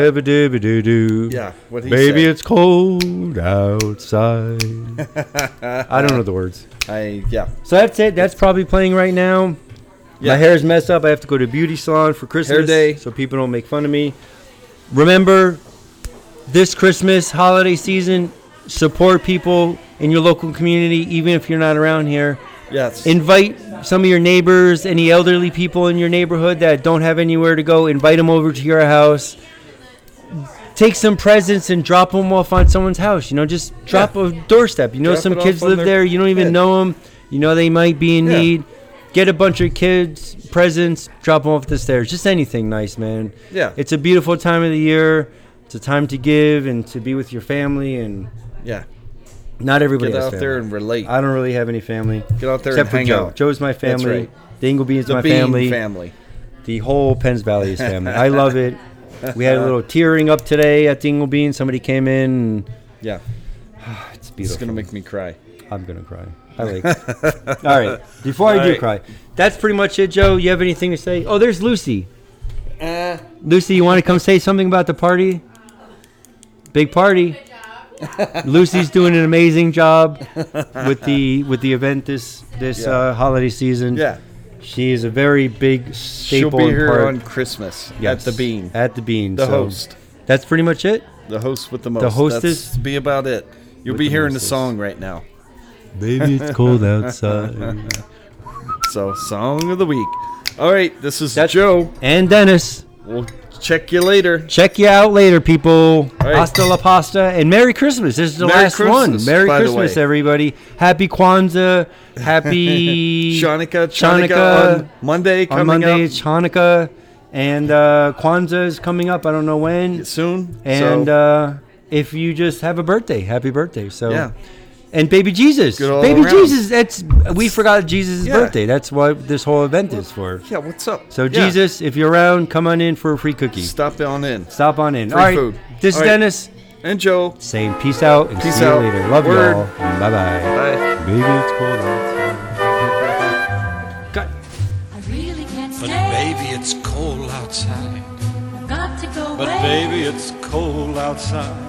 Speaker 1: Dabba-dabba-doo-doo.
Speaker 2: yeah. What he
Speaker 1: Baby,
Speaker 2: said.
Speaker 1: it's cold outside. I don't know the words.
Speaker 2: I. Yeah.
Speaker 1: So that's it. That's probably playing right now. My hair's messed up. I have to go to beauty salon for Christmas
Speaker 2: day.
Speaker 1: so people don't make fun of me. Remember, this Christmas holiday season, support people in your local community, even if you're not around here.
Speaker 2: Yes.
Speaker 1: Invite some of your neighbors, any elderly people in your neighborhood that don't have anywhere to go. Invite them over to your house. Take some presents and drop them off on someone's house. You know, just drop a doorstep. You know,
Speaker 2: Drop
Speaker 1: some
Speaker 2: it off
Speaker 1: kids
Speaker 2: on
Speaker 1: live
Speaker 2: their
Speaker 1: there. You don't even
Speaker 2: head.
Speaker 1: know them. You know they might be in
Speaker 2: Yeah.
Speaker 1: need. Get a bunch of kids presents, drop them off the stairs. Just anything nice, man.
Speaker 2: Yeah.
Speaker 1: It's a beautiful time of the year. It's a time to give and to be with your family, and
Speaker 2: yeah.
Speaker 1: not everybody
Speaker 2: Get
Speaker 1: has
Speaker 2: out
Speaker 1: family.
Speaker 2: there and relate.
Speaker 1: I don't really have any family.
Speaker 2: Get out there
Speaker 1: Except
Speaker 2: and
Speaker 1: for
Speaker 2: hang
Speaker 1: Joe.
Speaker 2: out.
Speaker 1: Joe's my
Speaker 2: That's
Speaker 1: family.
Speaker 2: right.
Speaker 1: The Ingleby is
Speaker 2: the
Speaker 1: my
Speaker 2: Bean
Speaker 1: family.
Speaker 2: family.
Speaker 1: The whole Penns Valley is family. I love it. We had a little tearing up today at the Ingleby, and somebody came in. And
Speaker 2: Yeah.
Speaker 1: it's
Speaker 2: It's
Speaker 1: beautiful.
Speaker 2: gonna make me cry.
Speaker 1: I'm gonna cry. I like. All right. Before I
Speaker 2: All
Speaker 1: do
Speaker 2: right.
Speaker 1: cry, that's pretty much it, Joe. You have anything to say? Oh, there's Lucy.
Speaker 2: Uh,
Speaker 1: Lucy, you want to come say something about the party? Big party. Lucy's doing an amazing job with the with the event this this
Speaker 2: Yeah.
Speaker 1: uh, holiday season.
Speaker 2: yeah.
Speaker 1: She is a very big
Speaker 2: She'll
Speaker 1: staple
Speaker 2: be
Speaker 1: in
Speaker 2: here
Speaker 1: Park.
Speaker 2: on Christmas
Speaker 1: Yes,
Speaker 2: at the Bean.
Speaker 1: At the Bean.
Speaker 2: The
Speaker 1: so
Speaker 2: host.
Speaker 1: That's pretty much it.
Speaker 2: The host with the most.
Speaker 1: hostess?
Speaker 2: That's be about it. You'll
Speaker 1: With
Speaker 2: be
Speaker 1: the
Speaker 2: hearing the
Speaker 1: mostest.
Speaker 2: song right now.
Speaker 1: Baby, it's cold outside.
Speaker 2: So, song of the week. All right, this is
Speaker 1: That's-
Speaker 2: Joe.
Speaker 1: and Dennis,
Speaker 2: We'll check you later.
Speaker 1: check you out later, people.
Speaker 2: All right.
Speaker 1: Hasta la pasta and Merry Christmas. This is the
Speaker 2: Merry
Speaker 1: last one.
Speaker 2: Christmas,
Speaker 1: Merry
Speaker 2: by the
Speaker 1: Christmas,
Speaker 2: way.
Speaker 1: everybody. Happy Kwanzaa. Happy
Speaker 2: Shanika, Shanika on Monday
Speaker 1: on
Speaker 2: coming
Speaker 1: Monday.
Speaker 2: up
Speaker 1: It's Hanukkah, and uh, Kwanzaa is coming up. I don't know when.
Speaker 2: soon.
Speaker 1: And
Speaker 2: so,
Speaker 1: uh, if you just have a birthday, happy birthday. So
Speaker 2: Yeah.
Speaker 1: And baby Jesus,
Speaker 2: Good all
Speaker 1: baby
Speaker 2: around.
Speaker 1: Jesus. That's we forgot Jesus'
Speaker 2: Yeah.
Speaker 1: birthday. That's what this whole event is for.
Speaker 2: yeah, what's up?
Speaker 1: So
Speaker 2: Yeah.
Speaker 1: Jesus, if you're around, come on in for a free cookie.
Speaker 2: stop on in.
Speaker 1: Stop on in.
Speaker 2: Free
Speaker 1: all right,
Speaker 2: food.
Speaker 1: this is
Speaker 2: All right.
Speaker 1: Dennis
Speaker 2: And Joe.
Speaker 1: saying peace out and
Speaker 2: Peace
Speaker 1: see
Speaker 2: out.
Speaker 1: you later. Love
Speaker 2: Word.
Speaker 1: y'all. Bye bye.
Speaker 2: Bye.
Speaker 1: Baby, it's cold outside. Cut.
Speaker 7: I really can't
Speaker 8: But
Speaker 7: stay.
Speaker 8: baby, it's cold outside.
Speaker 7: I've got to go
Speaker 8: But
Speaker 7: away.
Speaker 8: baby, it's cold outside.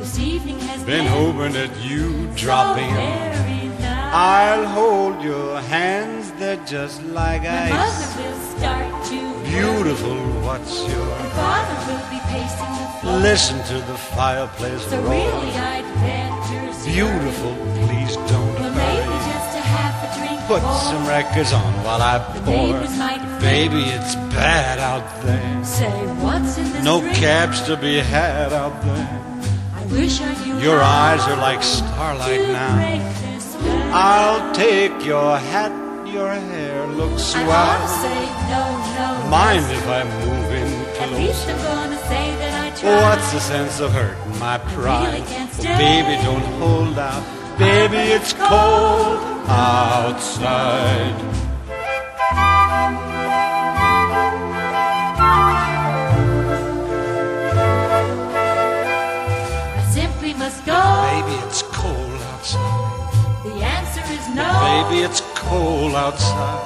Speaker 7: This evening has
Speaker 8: Been
Speaker 7: been
Speaker 8: hoping that you
Speaker 7: so
Speaker 8: drop in.
Speaker 7: very nice.
Speaker 8: I'll hold your hands, they're just like
Speaker 7: My mother
Speaker 8: ice.
Speaker 7: will start to worry.
Speaker 8: Beautiful, what's
Speaker 7: My
Speaker 8: your?
Speaker 7: father will be pacing the floor.
Speaker 8: Listen to the fireplace
Speaker 7: So
Speaker 8: roar.
Speaker 7: really, I'd venture. zero.
Speaker 8: Beautiful, please don't
Speaker 7: Well, maybe
Speaker 8: hurry.
Speaker 7: just a half a drink.
Speaker 8: Put
Speaker 7: more.
Speaker 8: some records on while I
Speaker 7: The
Speaker 8: pour.
Speaker 7: neighbors might
Speaker 8: Baby, it's bad out there.
Speaker 7: say, "What's in this
Speaker 8: No
Speaker 7: drink?"
Speaker 8: cabs to be had out there.
Speaker 7: I wish I knew.
Speaker 8: Your
Speaker 7: how
Speaker 8: eyes are like
Speaker 7: to
Speaker 8: starlight now.
Speaker 7: break this spell.
Speaker 8: I'll take your hat, your hair looks
Speaker 7: I ought to
Speaker 8: swell.
Speaker 7: say no, no.
Speaker 8: Mind
Speaker 7: yes.
Speaker 8: if I move in
Speaker 7: At least
Speaker 8: close?
Speaker 7: I'm gonna say that I tried.
Speaker 8: What's the sense of hurting my pride?
Speaker 7: can't
Speaker 8: Oh,
Speaker 7: stay.
Speaker 8: baby, don't hold out. Baby, it's cold outside.
Speaker 7: I simply must go.
Speaker 8: Baby, it's cold outside.
Speaker 7: The answer is no.
Speaker 8: Baby, it's cold outside.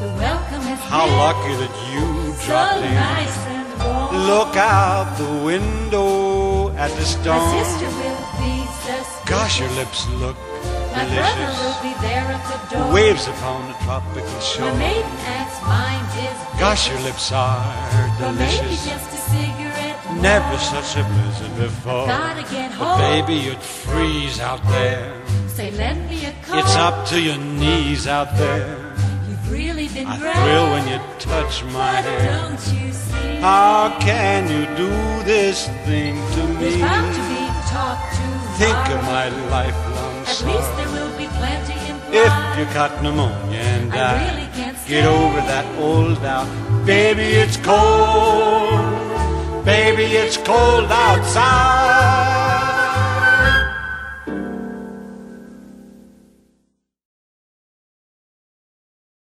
Speaker 7: The welcome has
Speaker 8: How
Speaker 7: been
Speaker 8: lucky that you
Speaker 7: so
Speaker 8: dropped in.
Speaker 7: nice and warm.
Speaker 8: Look out the window at the
Speaker 7: My
Speaker 8: storm.
Speaker 7: sister will be suspicious.
Speaker 8: Gosh, your lips look
Speaker 7: My brother will
Speaker 8: delicious.
Speaker 7: be there at the door.
Speaker 8: Waves upon the tropical
Speaker 7: My
Speaker 8: shore.
Speaker 7: maiden aunt's mind is.
Speaker 8: Gosh, your lips are
Speaker 7: Well, maybe
Speaker 8: delicious.
Speaker 7: just a cigarette. more.
Speaker 8: Never such a blizzard before.
Speaker 7: Gotta get
Speaker 8: But
Speaker 7: home.
Speaker 8: baby, you'd freeze out there.
Speaker 7: Say, lend me a coat.
Speaker 8: It's up to your knees out there.
Speaker 7: You've really been
Speaker 8: I
Speaker 7: great.
Speaker 8: thrill when you touch my
Speaker 7: But
Speaker 8: hand.
Speaker 7: don't you see?
Speaker 8: How can you do this thing to
Speaker 7: There's
Speaker 8: me?
Speaker 7: bound to be talk to
Speaker 8: Think of
Speaker 7: morrow.
Speaker 8: my lifelong
Speaker 7: At least
Speaker 8: sorrow.
Speaker 7: there will be plenty implied.
Speaker 8: If you got pneumonia and
Speaker 7: I
Speaker 8: die,
Speaker 7: really can't stay.
Speaker 8: get over that old doubt. Baby, it's cold. Baby, it's cold outside.